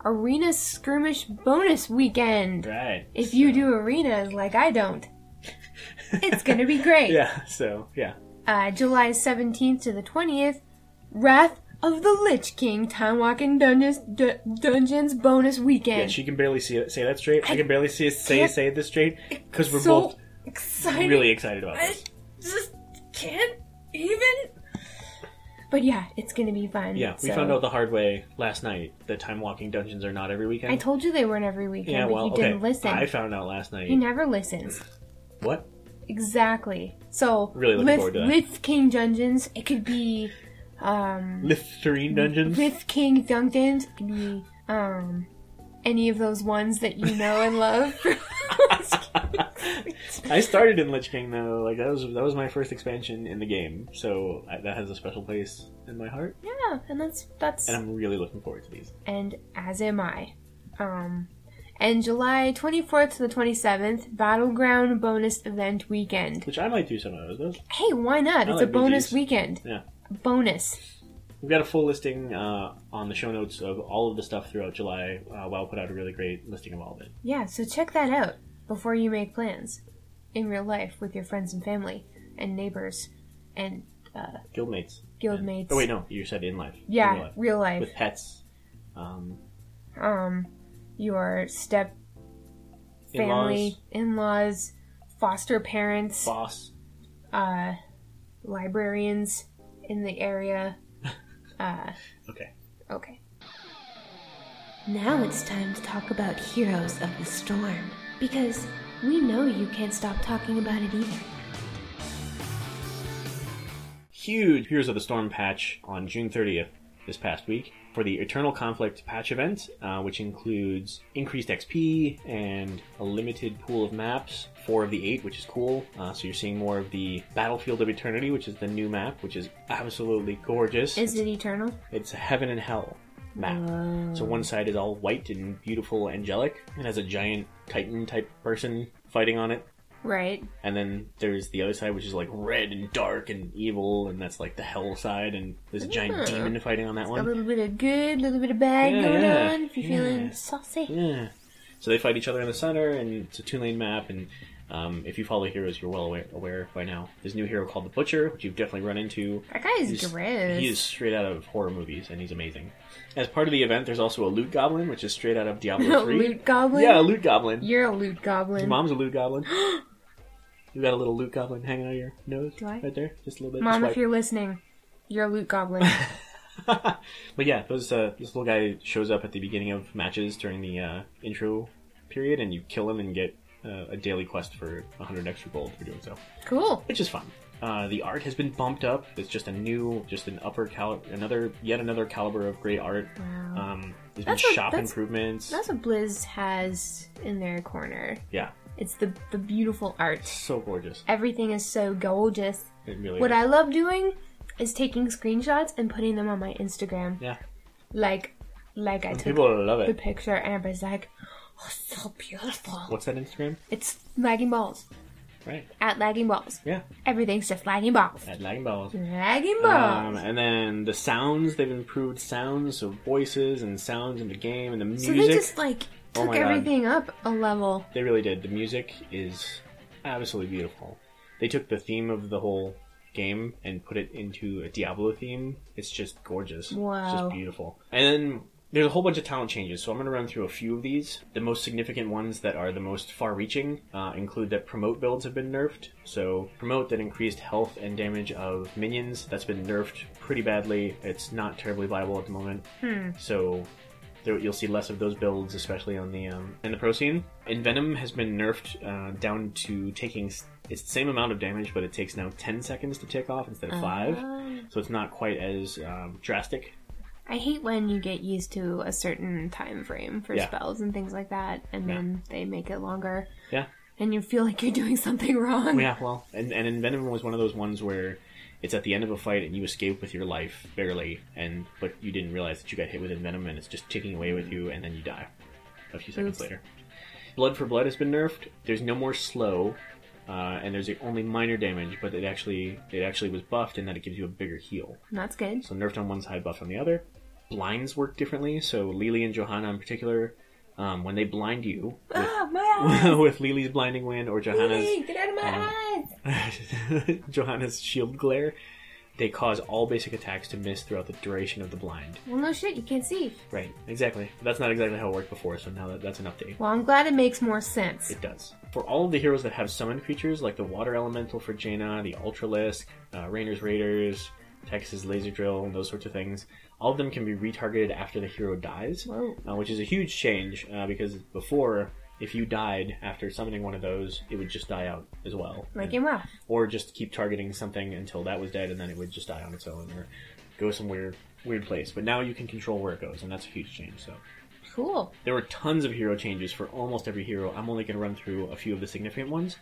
S1: Arena Skirmish Bonus Weekend.
S2: Right.
S1: If you do arenas like I don't, it's gonna be great.
S2: Yeah. So yeah.
S1: Uh, July 17th to the 20th, Wrath of the Lich King Time Walking Dungeons, du- Dungeons Bonus Weekend.
S2: Yeah, she can barely see it, say that straight. I can barely see it, say
S1: can't-
S2: say this straight because we're
S1: so
S2: both
S1: excited.
S2: really excited about
S1: I
S2: this.
S1: just can't even. But yeah, it's gonna be fun.
S2: Yeah, we
S1: so-
S2: found out the hard way last night that time walking dungeons are not every weekend.
S1: I told you they weren't every weekend,
S2: yeah,
S1: but
S2: well,
S1: you
S2: okay.
S1: didn't listen.
S2: I found out last night.
S1: he never listens.
S2: What?
S1: Exactly. So
S2: Really looking
S1: with,
S2: forward to that.
S1: with King Dungeons, it could be um
S2: Listerine dungeons?
S1: with King Dungeons, it could be um any of those ones that you know and love.
S2: I started in Lich King though. Like that was that was my first expansion in the game, so I, that has a special place in my heart,
S1: yeah, and that's that's
S2: and I'm really looking forward to these.
S1: and as am I. Um and July 24th to the 27th, Battleground Bonus Event Weekend.
S2: Which I might do some of those.
S1: Hey, why not?
S2: I
S1: It's a
S2: like
S1: bonus
S2: BGs.
S1: weekend.
S2: Yeah.
S1: Bonus.
S2: We've got a full listing uh, on the show notes of all of the stuff throughout July. Uh, WoW put out a really great listing of all of it.
S1: Yeah, so check that out before you make plans in real life with your friends and family and neighbors and uh,
S2: Guildmates.
S1: guildmates.
S2: Oh wait, no, you said in life. In
S1: Yeah,
S2: real life.
S1: real life.
S2: with pets, um,
S1: Um, your step family,
S2: in-laws,
S1: in laws, foster parents,
S2: boss.
S1: uh, librarians in the area. uh,
S2: Okay.
S1: okay.
S3: Now it's time to talk about Heroes of the Storm, because we know you can't stop talking about it either.
S2: Huge Heroes of the Storm patch on June 30th this past week for the Eternal Conflict patch event, uh, which includes increased XP and a limited pool of maps, four of the eight, which is cool. Uh, so you're seeing more of the Battlefield of Eternity, which is the new map, which is absolutely gorgeous.
S1: Is it eternal?
S2: It's a heaven and hell map. So one side is all white and beautiful, angelic, and has a giant titan type person fighting on it.
S1: Right.
S2: And then there's the other side, which is like red and dark and evil, and that's like the hell side, and there's a giant demon fighting on that
S1: A
S2: one.
S1: little bit of good, a little bit of bad
S2: Yeah,
S1: going
S2: yeah,
S1: on if you're
S2: yeah.
S1: feeling saucy.
S2: Yeah. So they fight each other in the center, and it's a two lane map. And um, if you follow heroes, you're well aware, aware by now. There's a new hero called the Butcher, which you've definitely run into.
S1: That guy is
S2: He's-
S1: gross.
S2: He is straight out of horror movies, and he's amazing. As part of the event, there's also a loot goblin, which is straight out of Diablo 3.
S1: loot goblin.
S2: Yeah, a loot goblin.
S1: You're a loot goblin.
S2: Your mom's a loot goblin. You got a little loot goblin hanging out of your nose,
S1: Do I?
S2: right there, just a little bit.
S1: Mom,
S2: Just
S1: if you're listening, you're a loot goblin.
S2: wipe. but yeah, those uh, this little guy shows up at the beginning of matches during the uh, intro period, and you kill him and get uh, a daily quest for 100 extra gold for doing so.
S1: cool.
S2: which is fun. Uh, the art has been bumped up. It's just a new, just an upper caliber, another yet another caliber of great art.
S1: Wow.
S2: Um, there's
S1: That's
S2: been
S1: what-
S2: shop
S1: that's-
S2: improvements.
S1: That's what Blizz has in their corner.
S2: Yeah,
S1: It's the the beautiful art.
S2: so gorgeous.
S1: Everything is so gorgeous.
S2: It really.
S1: What
S2: is.
S1: I love doing is taking screenshots and putting them on my Instagram.
S2: Yeah.
S1: Like, like I took
S2: People love
S1: the
S2: it.
S1: picture and everybody's like, "Oh, so beautiful."
S2: What's that Instagram?
S1: It's lagging balls.
S2: Right.
S1: At lagging balls.
S2: Yeah.
S1: Everything's just lagging balls.
S2: At Lagging Balls.
S1: Lagging
S2: Um,
S1: balls.
S2: and then the sounds. They've improved sounds of voices and sounds in the game and the
S1: so
S2: music.
S1: they just like
S2: Oh
S1: took
S2: my God.
S1: everything up a level.
S2: They really did. The music is absolutely beautiful. They took the theme of the whole game and put it into a Diablo theme. It's just gorgeous. It's
S1: Wow.
S2: just beautiful. And then there's a whole bunch of talent changes, so I'm going to run through a few of these. The most significant ones that are the most far reaching uh, include that promote builds have been nerfed. So, promote that increased health and damage of minions, that's been nerfed pretty badly. It's not terribly viable at the moment. So there, you'll see less of those builds, especially on the um, in the pro scene. Envenom has been nerfed uh, down to taking s- it's the same amount of damage, but it takes now ten seconds to tick off instead of five. So it's not quite as um, drastic.
S1: I hate when you get used to a certain time frame for
S2: Yeah.
S1: spells and things like that, and
S2: Yeah.
S1: then they make it longer,
S2: Yeah,
S1: and you feel like you're doing something wrong.
S2: yeah. Well, and and Envenom was one of those ones where it's at the end of a fight and you escape with your life barely, and but you didn't realize that you got hit with Envenom and it's just ticking away with you, and then you die a few seconds
S1: Oops.
S2: later. Blood for Blood has been nerfed. There's no more slow, uh, and there's only minor damage, but it actually it actually was buffed in that it gives you a bigger heal.
S1: That's good.
S2: So nerfed on one side, buffed on the other. Blinds work differently. So Lily and Johanna in particular, um, when they blind you
S1: Ah, my eyes!
S2: with, with Lily's blinding wind or Johanna's
S1: Hey, Get out of my
S2: um,
S1: eyes!
S2: Johanna's shield glare, they cause all basic attacks to miss throughout the duration of the blind.
S1: Well, no shit, you can't see.
S2: Right, exactly. That's not exactly how it worked before, so now that, that's an update.
S1: Well, I'm glad it makes more sense.
S2: It does. For all of the heroes that have summoned features, like the Water Elemental for Jaina, the Ultralisk, uh, Rainer's Raiders, Texas Laser Drill, and those sorts of things, all of them can be retargeted after the hero dies,
S1: Whoa.
S2: uh, which is a huge change uh, because before, if you died after summoning one of those, it would just die out as well.
S1: Like in
S2: And-
S1: WoW.
S2: or just keep targeting something until that was dead and then it would just die on its own or go some weird, weird place. But now you can control where it goes, and that's a huge change, so.
S1: Cool.
S2: There were tons of hero changes for almost every hero. I'm only going to run through a few of the significant ones.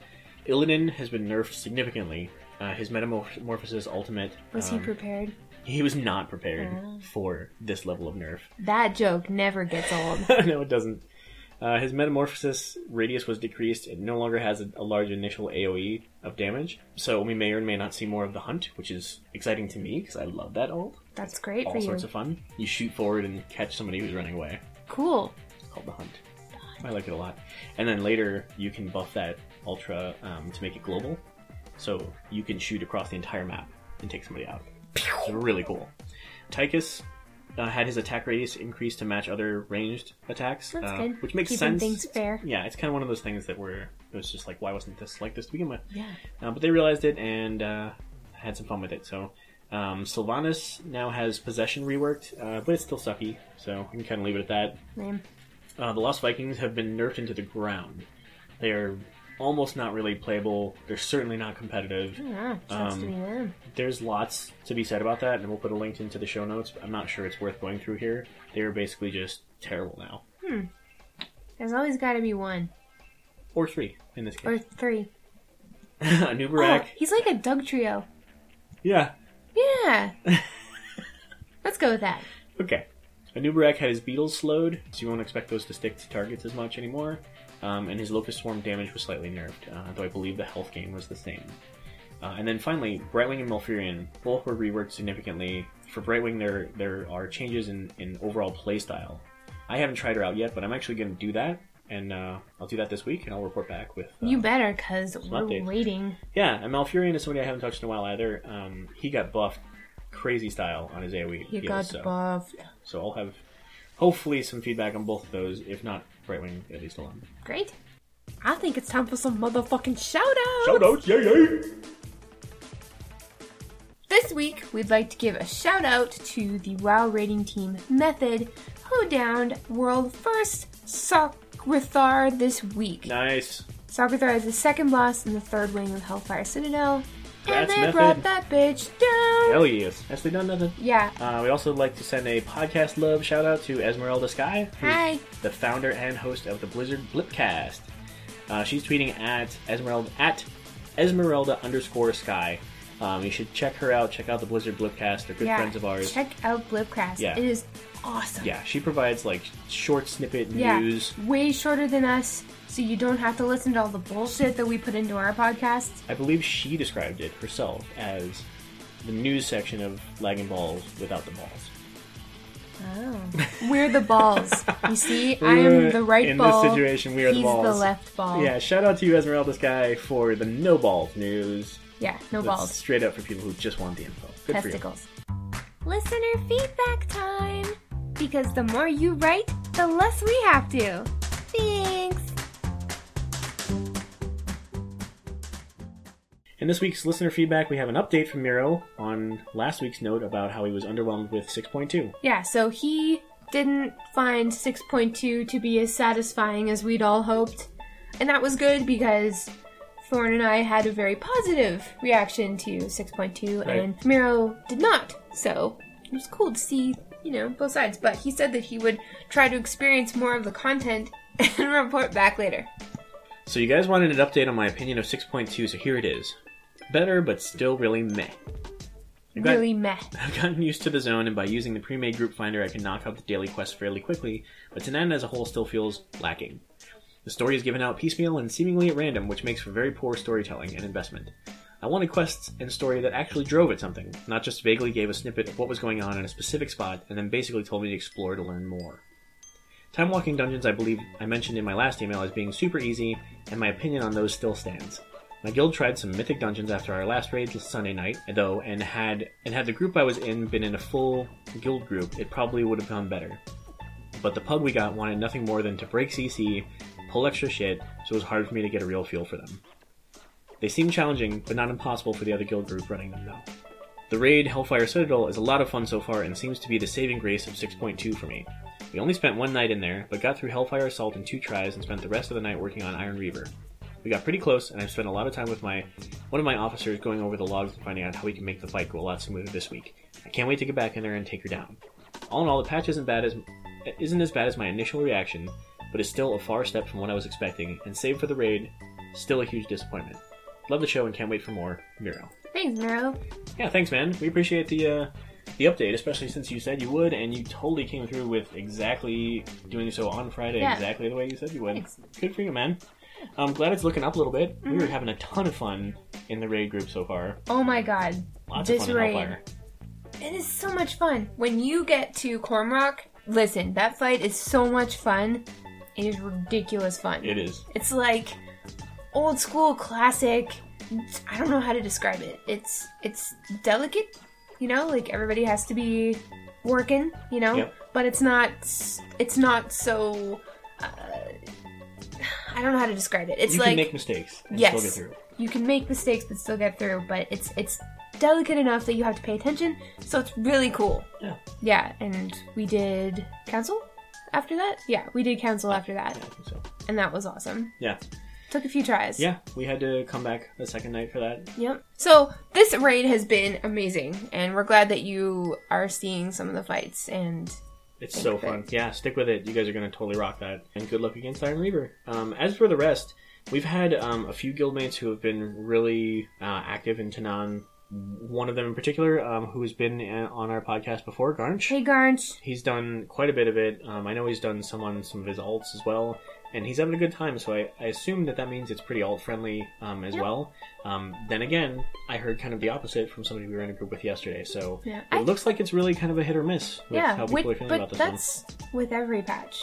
S2: Illidan has been nerfed significantly. Uh, his metamorphosis ultimate.
S1: Was
S2: um,
S1: he prepared?
S2: he was not prepared
S1: Ah.
S2: for this level of nerf.
S1: That joke never gets old.
S2: no, it doesn't. Uh, his metamorphosis radius was decreased. It no longer has a, a large initial AoE of damage, so we may or may not see more of the hunt, which is exciting to me because I love that ult.
S1: That's great for
S2: All
S1: you.
S2: sorts of fun. You shoot forward and catch somebody who's running away.
S1: Cool.
S2: It's called the Hunt. I like it a lot. And then later, you can buff that ultra um, to make it global, so you can shoot across the entire map and take somebody out. It's really cool. Tychus uh, had his attack radius increased to match other ranged attacks,
S1: That's
S2: uh,
S1: good.
S2: which makes
S1: Keeping
S2: sense.
S1: things fair.
S2: Yeah, it's kind of one of those things that were. It was just like, why wasn't this like this to begin with?
S1: Yeah.
S2: Uh, but they realized it and uh, had some fun with it. So um, Sylvanas now has possession reworked, uh, but it's still sucky. So we can kind of leave it at that.
S1: Lame.
S2: Uh, the Lost Vikings have been nerfed into the ground. They are almost not really playable. They're certainly not competitive.
S1: Yeah, sounds to
S2: Um,
S1: be them.
S2: There's lots to be said about that, and we'll put a link into the show notes. But I'm not sure it's worth going through here. They are basically just terrible now,
S1: There's always got to be one
S2: or three in this
S1: or
S2: case.
S1: three.
S2: Nubarak,
S1: Oh, he's like a Doug trio.
S2: yeah,
S1: Yeah. Let's go with that.
S2: Okay. Anubarak had his beetles slowed, so you won't expect those to stick to targets as much anymore. Um, and his locust swarm damage was slightly nerfed, uh, though I believe the health gain was the same. Uh, and then finally, Brightwing and Malfurion both were reworked significantly. For Brightwing, there there are changes in, in overall playstyle. I haven't tried her out yet, but I'm actually going to do that, and uh, I'll do that this week, and I'll report back with. Uh,
S1: You better, because we're
S2: updates.
S1: waiting.
S2: yeah, and Malfurion is somebody I haven't touched in a while either. Um, he got buffed crazy style on his AoE.
S1: You
S2: heals,
S1: got
S2: so-
S1: buffed.
S2: so I'll have hopefully some feedback on both of those, if not right wing, at least alone.
S1: Great. I think it's time for some motherfucking shout outs.
S2: Shout outs, yay yay!
S1: This week, we'd like to give a shout out to the WoW rating team Method, who downed world first Sakrithar this week.
S2: Nice.
S1: Sakrithar is the second boss in the third wing of Hellfire Citadel, and
S2: That's
S1: they
S2: Method.
S1: brought that bitch down.
S2: Hell yes. Yes, they done nothing.
S1: Yeah.
S2: Uh, we also like to send a podcast love shout out to Esmeralda Sky, who's
S1: Hi.
S2: the founder and host of the Blizzard Blipcast. Uh, she's tweeting at Esmeralda at Esmeralda underscore Sky. Um, you should check her out. Check out the Blizzard Blipcast. They're good
S1: yeah.
S2: friends of ours.
S1: Check out Blipcast.
S2: Yeah.
S1: It is awesome.
S2: yeah, she provides like short snippet
S1: Yeah,
S2: news.
S1: Way shorter than us, so you don't have to listen to all the bullshit that we put into our podcast.
S2: I believe she described it herself as the news section of Lagging Balls without the balls.
S1: Oh. We're the balls. You see, I am the right
S2: In
S1: ball.
S2: this situation, we are
S1: He's
S2: the balls.
S1: the left ball.
S2: Yeah, shout out to you, Esmeralda Sky, for the no balls news.
S1: Yeah, no
S2: That's
S1: balls.
S2: Straight up for people who just want the info. Good for
S1: Testicles. Listener feedback time! Because the more you write, the less we have to. Thanks!
S2: you. In this week's listener feedback, we have an update from Miro on last week's note about how he was underwhelmed with 6.2.
S1: Yeah, so he didn't find 6.2 to be as satisfying as we'd all hoped. And that was good because Thorn and I had a very positive reaction to 6.2,
S2: Right.
S1: and Miro did not. So it was cool to see, you know, both sides. But he said that he would try to experience more of the content and report back later.
S2: So you guys wanted an update on my opinion of 6.2, so here it is. Better, but still really meh. I've got-
S1: Really meh.
S2: I've gotten used to the zone, and by using the pre-made group finder, I can knock out the daily quests fairly quickly, but Tanan as a whole still feels lacking. The story is given out piecemeal and seemingly at random, which makes for very poor storytelling and investment. I wanted quests and story that actually drove at something, not just vaguely gave a snippet of what was going on in a specific spot, and then basically told me to explore to learn more. Time walking dungeons, I believe I mentioned in my last email as being super easy, and my opinion on those still stands. My guild tried some mythic dungeons after our last raid last Sunday night, though, and had and had the group I was in been in a full guild group, it probably would have gone better. But the pug we got wanted nothing more than to break CC, pull extra shit, so it was hard for me to get a real feel for them. They seem challenging, but not impossible for the other guild group running them though. The raid Hellfire Citadel is a lot of fun so far and seems to be the saving grace of 6.2 for me. We only spent one night in there, but got through Hellfire Assault in two tries and spent the rest of the night working on Iron Reaver. We got pretty close, and I've spent a lot of time with my one of my officers going over the logs and finding out how we can make the fight go a lot smoother this week. I can't wait to get back in there and take her down. All in all, the patch isn't bad as isn't as bad as my initial reaction, but is still a far step from what I was expecting, and save for the raid, still a huge disappointment. Love the show and can't wait for more. Miro.
S1: Thanks, Miro.
S2: Yeah, thanks, man. We appreciate the uh, the update, especially since you said you would, and you totally came through with exactly doing so on Friday,
S1: Yeah.
S2: exactly the way you said you would.
S1: Thanks. Mm-hmm.
S2: Good for you, man. I'm glad it's looking up a little bit. We were having a ton of fun in the raid group so far.
S1: Oh my god.
S2: Lots
S1: this
S2: of fun in
S1: raid.
S2: Hellfire.
S1: It is so much fun. When you get to Cormrock, listen, that fight is so much fun. It is ridiculous fun.
S2: It is.
S1: It's like old school classic. I don't know how to describe it. It's it's delicate, you know, like everybody has to be working, you know,
S2: Yep.
S1: but it's not it's not so uh, I don't know how to describe it. It's
S2: you
S1: like
S2: can make mistakes and
S1: Yes.
S2: still get through.
S1: you can make mistakes but still get through but it's it's delicate enough that you have to pay attention so it's really cool
S2: Yeah.
S1: yeah and we did council after that yeah we did council after that
S2: Yeah, I think so.
S1: and that was awesome
S2: Yeah.
S1: took a few tries
S2: Yeah, we had to come back the second night for that.
S1: yep so this raid has been amazing and we're glad that you are seeing some of the fights and
S2: It's
S1: Stick
S2: so
S1: with
S2: fun. Yeah, stick with it. You guys are going to totally rock that. And good luck against Iron Reaver. Um, as for the rest, we've had um, a few guildmates who have been really uh, active in Tanan. One of them in particular, um, who has been uh, on our podcast before, Garnch.
S1: hey garnch
S2: He's done quite a bit of it. Um, I know he's done some on some of his alts as well, and he's having a good time. So I, I assume that that means it's pretty alt friendly um, as
S1: Yeah.
S2: well. Um, then again, I heard kind of the opposite from somebody we were in a group with yesterday. So
S1: Yeah,
S2: it
S1: I-
S2: looks like it's really kind of a hit or miss with
S1: yeah
S2: how people
S1: with-
S2: are feeling
S1: but
S2: about this one.
S1: that's with every patch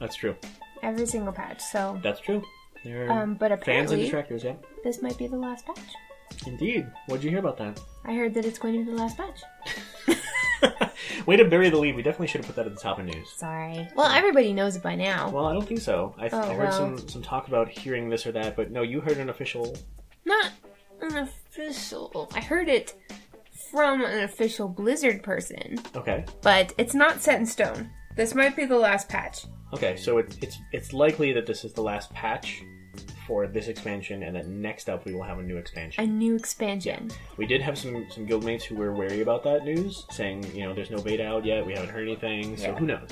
S2: That's true.
S1: every single patch so
S2: That's true. They're
S1: um but
S2: fans and
S1: apparently
S2: detractors, yeah.
S1: this might be the last patch
S2: Indeed. What'd you hear about that?
S1: i heard that it's going to be the last patch
S2: Way to bury the lead. We definitely should have put that at the top of news.
S1: Sorry. Well, everybody knows it by now.
S2: Well, I don't think so. I,
S1: Oh,
S2: I heard
S1: well.
S2: some, some talk about hearing this or that, but no, you heard an official.
S1: Not an official. I heard it from an official Blizzard person,
S2: Okay,
S1: but it's not set in stone. This might be the last patch.
S2: okay. So it's it's it's likely that this is the last patch for this expansion, and that next up we will have a new expansion.
S1: A new expansion.
S2: We did have some some guildmates who were wary about that news, saying you know there's no beta out yet, we haven't heard anything, so
S4: Yeah.
S2: who knows?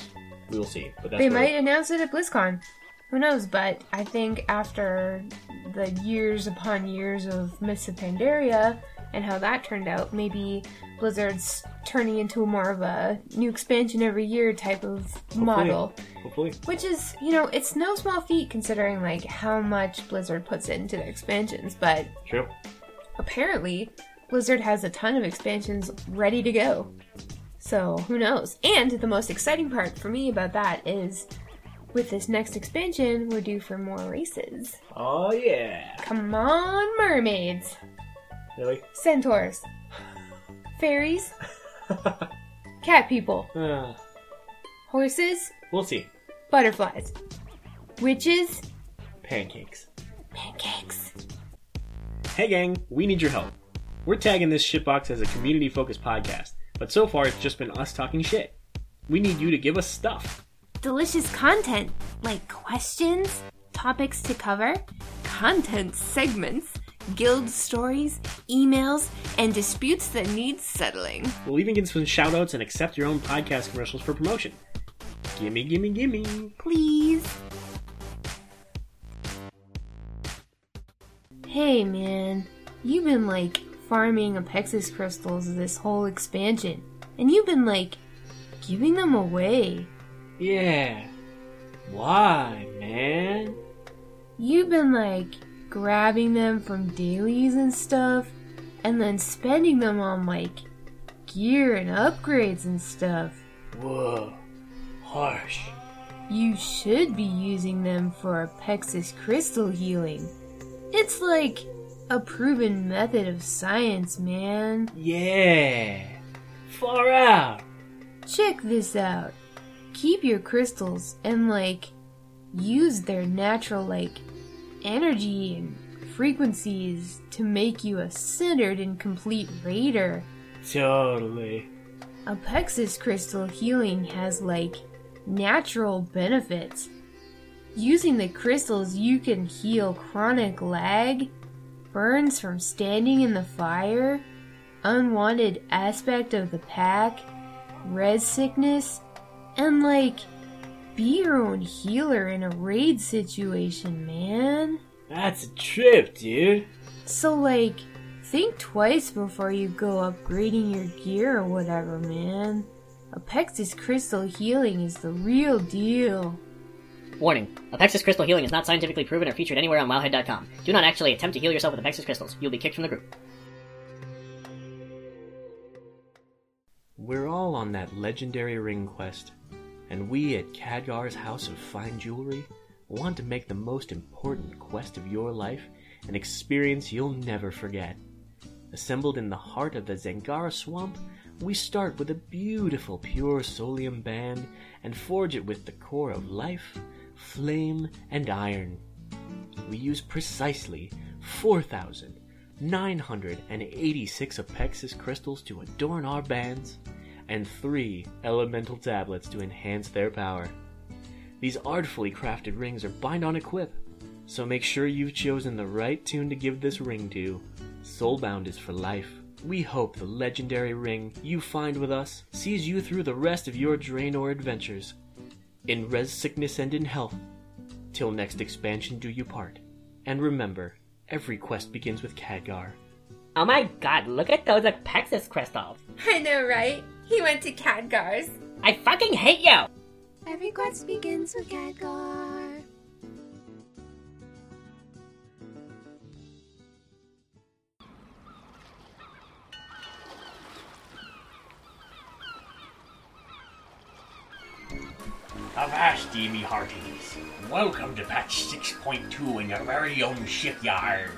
S2: We will see. But that's
S1: They
S2: where-
S1: might announce it at BlizzCon. Who knows? But I think after the years upon years of Mists of Pandaria and how that turned out, maybe Blizzard's turning into a more of a new expansion every year type of model.
S2: Hopefully,
S1: Which is, you know, it's no small feat considering like how much Blizzard puts into their expansions, but
S2: true.
S1: apparently Blizzard has a ton of expansions ready to go. So who knows? And the most exciting part for me about that is with this next expansion, we're due for more races.
S2: Oh yeah,
S1: Come on, mermaids,
S2: really?
S1: centaurs, fairies, cat people,
S2: Uh,
S1: horses,
S2: we'll see.
S1: butterflies, witches,
S2: Pancakes.
S1: pancakes.
S2: Hey gang, we need your help. We're tagging this shitbox as a community focused podcast, but so far it's just been us talking shit. We need you to give us stuff.
S3: Delicious content like questions, topics to cover, content segments, guild stories, emails, and disputes that need settling.
S2: We'll even get some shout outs and accept your own podcast commercials for promotion. Gimme, gimme, gimme.
S3: Please.
S1: Hey man, you've been like farming Apexis crystals this whole expansion, and you've been like giving them away.
S2: Yeah. Why, man?
S1: You've been like grabbing them from dailies and stuff, and then spending them on like gear and upgrades and stuff.
S2: Whoa. Harsh.
S1: You should be using them for Apexis crystal healing. It's like a proven method of science, man.
S2: Yeah. Far out.
S1: Check this out. Keep your crystals and like use their natural like energy and frequencies to make you a centered and complete raider.
S2: Totally.
S1: Apexis crystal healing has like natural benefits. Using the crystals, you can heal chronic lag, burns from standing in the fire, unwanted aspect of the pack, red sickness, and like be your own healer in a raid situation, man.
S2: That's a trip, dude.
S1: So, like, think twice before you go upgrading your gear or whatever, man. Apexis Crystal Healing is the real deal.
S5: Warning. Apexis Crystal Healing is not scientifically proven or featured anywhere on wildhead.com. Do not actually attempt to heal yourself with Apexis Crystals. You'll be kicked from the group.
S2: We're all on that legendary ring quest, and we at Khadgar's House of Fine Jewelry want to make the most important quest of your life an experience you'll never forget. Assembled in the heart of the Zangara Swamp, we start with a beautiful pure solium band and forge it with the core of life, flame, and iron we use precisely 4,986 Apexis crystals to adorn our bands, and three elemental tablets to enhance their power. These artfully crafted rings are bind on equip, so make sure you've chosen the right tune to give this ring to. Soulbound is for life. We hope the legendary ring you find with us sees you through the rest of your Draenor adventures, in res sickness and in health. Till next expansion do you part. And remember, every quest begins with Khadgar.
S5: Oh my god, look at those Apexis Crystals.
S3: I know, right? He went to Cadgar's.
S5: I fucking hate you!
S3: Every quest begins with Cadgar.
S4: Avasti, me hearties. Welcome to patch 6.2 in your very own shipyard.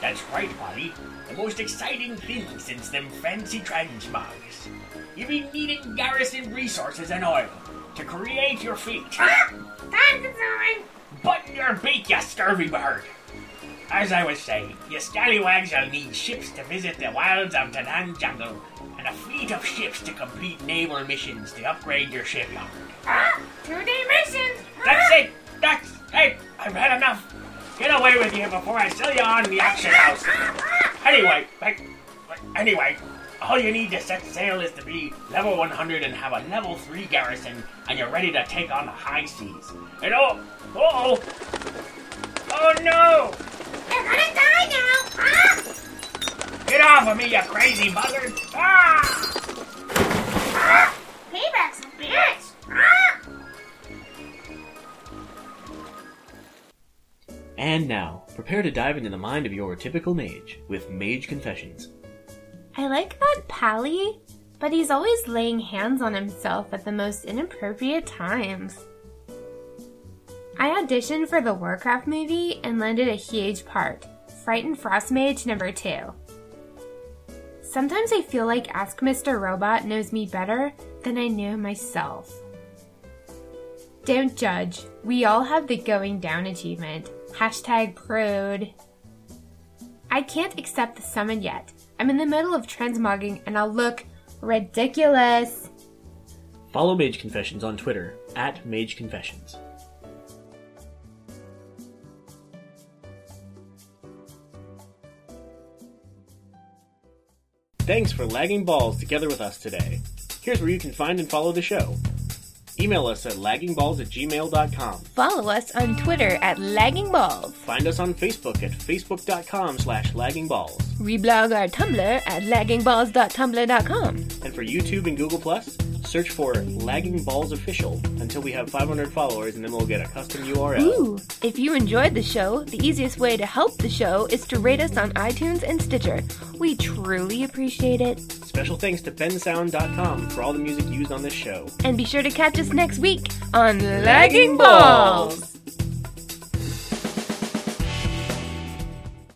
S4: That's right, Polly. The most exciting thing since them fancy transmugs. You've been needing garrison resources and oil to create your fleet. Button your beak, you scurvy bird! As I was saying, you scallywags will need ships to visit the wilds of Tanan Jungle, and a fleet of ships to complete naval missions to upgrade your shipyard.
S6: Two-day mission!
S4: That's it! That's it! I've had enough! Get away with you before I sell you on the auction house! Anyway, like, like, anyway, all you need to set sail is to be level 100 and have a level 3 garrison, and you're ready to take on the high seas. And oh, oh, oh no!
S6: They're gonna die now! Ah.
S4: Get off of me, you crazy buzzard! Ah!
S6: Payback's a bitch!
S2: And now, prepare to dive into the mind of your typical mage with Mage Confessions.
S1: I like that Pally, but he's always laying hands on himself at the most inappropriate times. I auditioned for the Warcraft movie and landed a huge part Frightened Frostmage number two. Sometimes I feel like Ask Mr. Robot knows me better than I know myself. Don't judge. We all have the going down achievement. Hashtag prude. I can't accept the summon yet. I'm in the middle of transmogging and I'll look ridiculous.
S2: Follow Mage Confessions on Twitter at Mage Confessions. Thanks for lagging balls together with us today. Here's where you can find and follow the show. Email us at laggingballs at gmail.com.
S1: Follow us on Twitter at Lagging Balls.
S2: Find us on Facebook at facebook.com slash laggingballs.
S1: Reblog our Tumblr at laggingballs.tumblr.com.
S2: And for YouTube and Google Plus, search for Lagging Balls Official until we have 500 followers, and then we'll get a custom URL.
S1: Ooh! If you enjoyed the show, the easiest way to help the show is to rate us on iTunes and Stitcher. We truly appreciate it.
S2: Special thanks to bensound.com for all the music used on this show.
S1: And be sure to catch us next week on Lagging Balls.